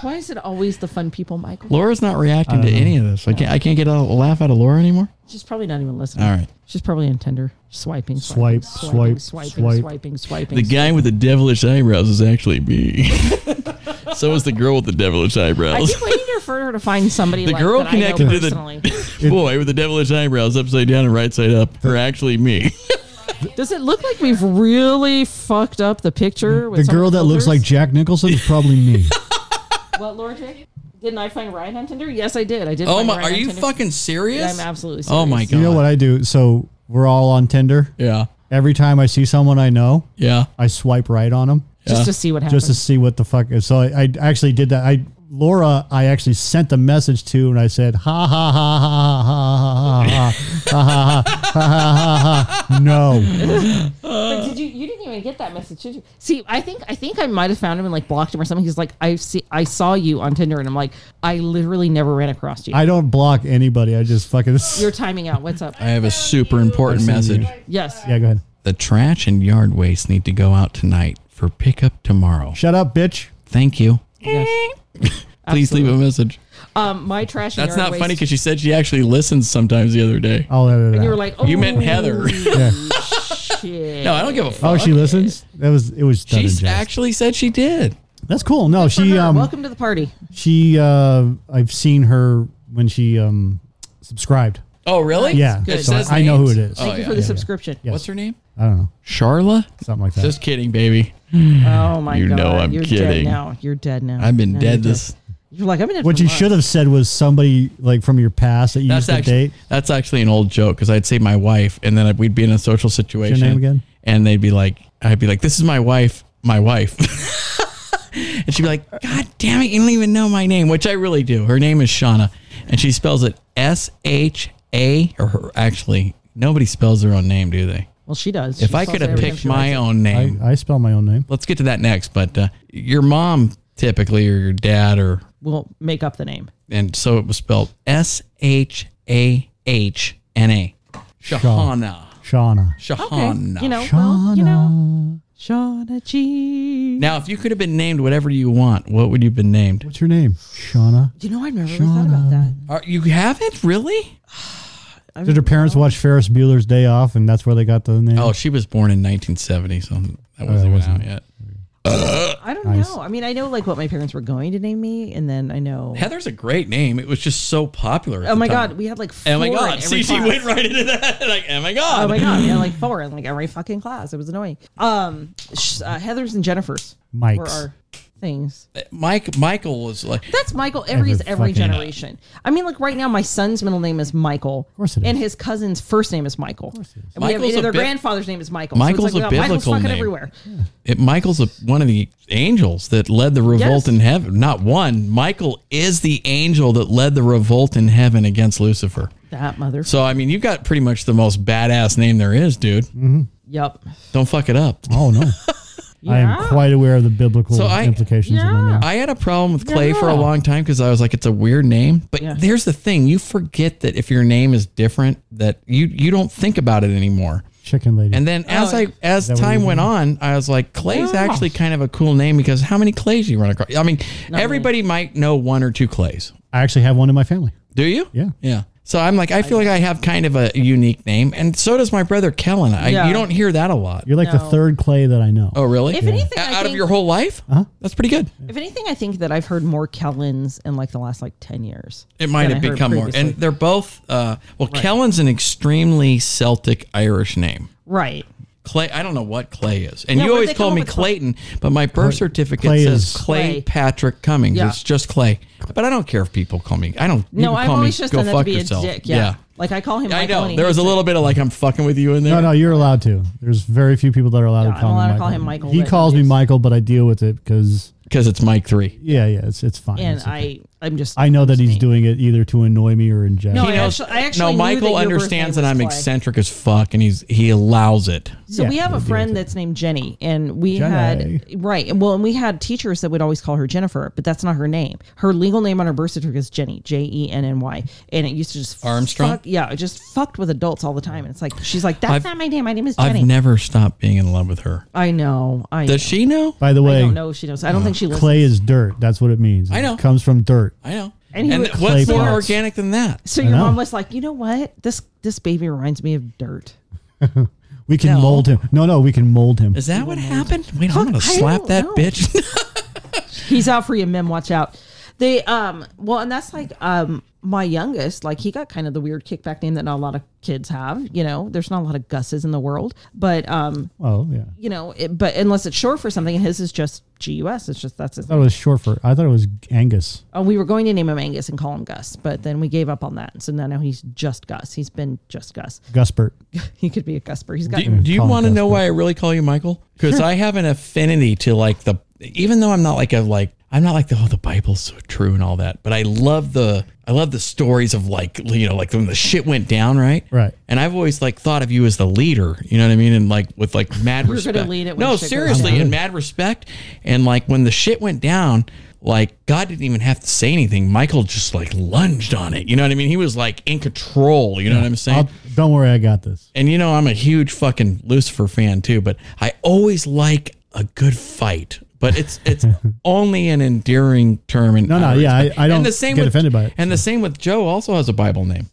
Why is it always the fun people, Michael?
Laura's not reacting to any of this. I can't. I can't get a laugh out of Laura anymore.
She's probably not even listening.
All right.
She's probably in Tinder swiping,
Swipe,
swiping, swiping,
swipe,
swiping,
swipe.
swiping, swiping.
The guy with the devilish eyebrows is actually me. <laughs> so is the girl with the devilish
I
eyebrows.
keep waiting for her to find somebody.
The
like,
girl
that I know
connected to the-
personally.
<laughs> Boy with the devilish eyebrows upside down and right side up are actually me.
Does it look like we've really fucked up the picture? With
The
some
girl that looks like
filters?
Jack Nicholson is probably me. <laughs>
what, Laura J? Didn't I find Ryan on Tinder? Yes, I did. I did.
<laughs> Oh
find
my!
Ryan
Are
on
you
Tinder.
fucking serious?
I'm absolutely. Serious.
Oh my god!
you know what I do? So, we're all on Tinder.
Yeah,
Every time I see someone I know,
yeah.
I swipe right on them.
Just
Yeah.
to see what happens.
just to see what the fuck is. So I, I actually did that. I Laura, I actually sent a message to, and I said, ha ha ha ha ha ha ha ha ha ha ha ha ha. No,
But did you? You didn't even get that message, did you? See, I think I think I might have found him and like blocked him or something. He's like, I see, I saw you on Tinder, and I'm like, I literally never ran across you.
I don't block anybody. I just fucking. <laughs>
You're timing out. What's up?
I have a super important message.
yes.
Yeah, go ahead.
The trash and yard waste need to go out tonight for pickup tomorrow.
Shut up, bitch.
Thank you.
yes.
Please leave a message.
Um, my trash. and
That's
yard
not funny
waste-
because she said she actually listens sometimes the other day.
I'll edit it
you were
out.
like, oh,
You meant Heather. <laughs>
Yeah.
Shit.
No, I don't give a fuck.
Oh, she listens. That was it was done in
She
jest.
actually said she did.
That's cool. No,
For
she
her,
um
Welcome to the party.
she uh I've seen her when she um subscribed.
Oh, really?
Yeah,
It
so
says
I know who it
names.
is.
Oh,
Thank you
yeah.
for the subscription.
What's her name?
I don't know,
Charla?
something like that.
Just kidding, baby.
Oh my
You
god!
know I'm
You're dead
kidding.
now. You're dead now.
I've been
No,
dead
you're
this.
You're like I've been. Dead
what
for
you
months.
should have said was somebody like from your past that you
That's
used to
actually
date.
that's actually an old joke because I'd say my wife, and then we'd be in a social situation.
name again?
And they'd be like, I'd be like, "This is my wife, my wife," <laughs> and she'd be like, "God damn it, you don't even know my name," which I really do. Her name is Shauna, and she spells it S H A. Or her, actually, nobody spells their own name, do they?
Well, she does.
If
She
I
spells
could have
everything
picked
she writes.
my own
I,
name,
I spell my own name.
let's get to that next. But uh, your mom typically, or your dad, or
we'll make up the name.
and so it was spelled S H A H N A. Shahana.
Shauna.
Shahana.
You know, well, you know, Shauna G.
Now, if you could have been named whatever you want, what would you have been named?
What's your name? Shauna.
You know, I've never really thought about that.
Are, you haven't really?
I
Did her parents watch Ferris Bueller's Day Off and that's where they got the name?
Oh, she was born in 1970, so Oh, that wasn't, even out yet.
I don't know. I mean, I know like what my parents were going to name me, and then I know.
<laughs> Heather's a great name. It was just so popular. at
Oh
the
my
time.
god, we had like four.
Oh my god!
in every
See, she
class.
went right into that. <laughs> Like, oh my god!
Oh my god, yeah, like four in like every fucking class. It was annoying. Um, sh- uh, Heather's and Jennifer's were
Mike's.
our things.
Mike Michael was like,
That's Michael. Every is
Every
every
fucking-
generation. I mean, like right now, my son's middle name is Michael. Of
course it
And
is.
his cousin's first name is Michael. Of course
it is.
And we have,
Michael's a
their
bit-
grandfather's name is Michael.
Michael's
so it's
a
like, well, Michael's
biblical
fucking
name.
everywhere.
it, Michael's a, one of the angels that led the revolt
Yes.
in heaven. Not one. Michael is the angel that led the revolt in heaven against Lucifer.
That mother.
So I mean, you got pretty much the most badass name there is, dude.
Yep.
Don't fuck it up.
Oh,
<laughs>
no. I am
Yeah.
quite aware of the biblical
So I-
implications of my
Yeah.
name.
I had a problem with Clay for a
Yeah.
long time because I was like, it's a weird name. But
Yeah.
there's the thing: you forget that if your name is different, that you you don't think about it anymore.
Chicken lady.
And then as I as
what
time
you
went on, I was like, Clay's
Oh, Yeah.
actually kind of a cool name because how many Clays you run across? I mean, everybody might know one or two Clays.
I actually have one in my family.
Do you?
Yeah.
Yeah. So I'm like, I feel like I have kind of a unique name, and so does my brother Kellen. I,
Yeah.
You don't hear that a lot.
You're like the
No.
third clay that I know.
Oh, really?
If anything,
O-
I
out of
think-
your whole life, uh-huh. that's pretty good.
If anything, I think that I've heard more Kellens in like the last like ten years.
It might
than
have
I heard
become more.
previously.
And they're both. Uh, well, Kellen's an extremely Celtic Irish name.
right.
Clay, I don't know what Clay is. And
Yeah,
you
where'd
always
they
call
come
me
up with Clay?
Clayton, but my birth certificate
Clay
says
is-
Clay,
Clay.
Patrick Cummings.
Yeah.
It's just Clay. But I don't care if people call me. I don't. you
No,
can
I've
call
always
me,
just
go
done that to
fuck
be
yourself.
a dick. Yeah. Like I call him.
I
Michael and
know.
he
There was
hates
a
it.
little bit of like, I'm fucking with you in there.
No, no, you're allowed to. There's very few people that are allowed
Yeah,
to
I'm
call
allowed
me
to
Michael.
call him Michael,
He
but
calls me
it's-
Michael, but I deal with it because
Because it's Mike 3.
yeah, yeah, it's it's fine.
And
<laughs>
It's okay.
I, I'm just.
I know that
just
he's
me.
doing it either to annoy me or in jest.
No,
He
I
knows-
actually- I actually
no,
knew that
Michael
your birth
understands
name
that I'm
was Clay.
eccentric as fuck, and he's he allows it.
So we
Yeah,
have
we'll
a
deal
friend
with it.
that's named Jenny, and we
Jenny.
had right. Well, and we had teachers that would always call her Jennifer, but that's not her name. Her legal name on her birth certificate is Jenny, J E N N Y, and it used to just
Armstrong?
Fuck, yeah, it just fucked with adults all the time, and it's like she's like, "That's
I've-
not my name. My name is
I've
Jenny."
never stopped being in love with her.
I know. I know.
Does she know?
By the
I
way,
don't know. if She knows. I don't think she listens.
clay is dirt. That's what it means.
I know.
It comes from dirt.
I know.
And he
And
would-
Clay
what's more
pots.
organic than that?
So your
know.
mom was like, "You know what? This this baby reminds me of dirt."
We can
No.
mold him. No, no, we can mold him.
Is that what happened? Wait, I'm gonna
I
slap
don't
that
know.
bitch.
He's out for you, Mem. Watch out. They um well, and that's like um my youngest, like he got kind of the weird kickback name that not a lot of kids have. You know, there's not a lot of Gus's in the world, but um
Oh yeah.
you know, it, but unless it's short for something, and his is just Gus. It's just that's his.
I thought it was short for. I thought it was Angus.
Oh, we were going to name him Angus and call him Gus, but then we gave up on that, and so now, now he's just Gus. He's been just Gus. <laughs>
Guspert.
He could be a Gusper. He's got
Do, do you
Colin
want to know
Kaepernick.
why I really call you Michael? Because I have an affinity to like the, even though I'm not like a like, I'm not like the oh the Bible's so true and all that, but I love the I love the stories of like you know like when the shit went down right
Right.
and I've always like thought of you as the leader you know what I mean and like with like mad
You're gonna
respect
lead it when
no
shit goes
seriously
down.
and mad respect and like when the shit went down like God didn't even have to say anything Michael just like lunged on it you know what I mean he was like in control you know what I'm saying
I'll, don't worry, I got this.
and you know, I'm a huge fucking Lucifer fan too, but I always like a good fight. But it's
<laughs>
it's only an endearing term. And
No, no, yeah, I- I don't get
with,
offended by it.
And the same with Joe also has a Bible name,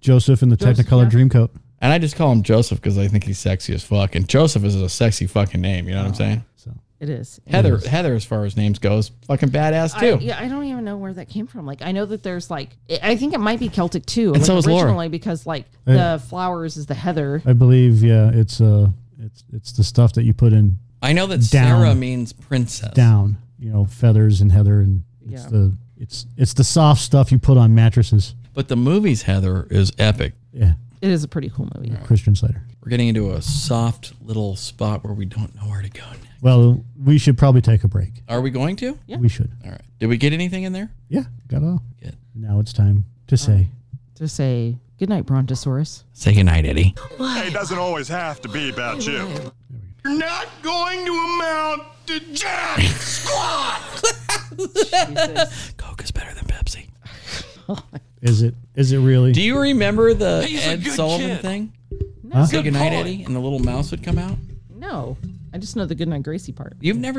Joseph in the Technicolor Dreamcoat.
and I just call him Joseph because I think he's sexy as fuck. And Joseph is a sexy fucking name. You know what I'm saying?
So
it is.
Heather, Heather, as far as names goes, fucking badass
I,
too.
yeah, I don't even know where that came from. Like, I know that there's like, I I think it might be Celtic too.
And
like,
so is Laura.
originally because like the flowers is the heather.
I believe, yeah, it's uh, it's it's the stuff that you put in
I know that
Down.
Sarah means princess.
down. You know, feathers and heather, and it's
Yeah.
the it's it's the soft stuff you put on mattresses.
But the movie's Heather is epic.
Yeah,
It is a pretty cool movie.
Christian Slater.
We're getting into a soft little spot where we don't know where to go next.
Well, we should probably take a break.
Are we going to?
Yeah.
We should.
All right. Did we get anything in there?
Yeah, got it all.
Good.
Now it's time to say
To say Good night, Brontosaurus.
Say goodnight, Eddie.
It doesn't always have to be about you. You're not going to amount to jack squat.
Coke is better than Pepsi.
Is it? Is it really?
Do you remember the
He's a
Ed
good
Sullivan
kid.
thing?
No,
Say goodnight,
boy.
Eddie, and the little mouse would come out.
no. I just know the good night Gracie part.
You've never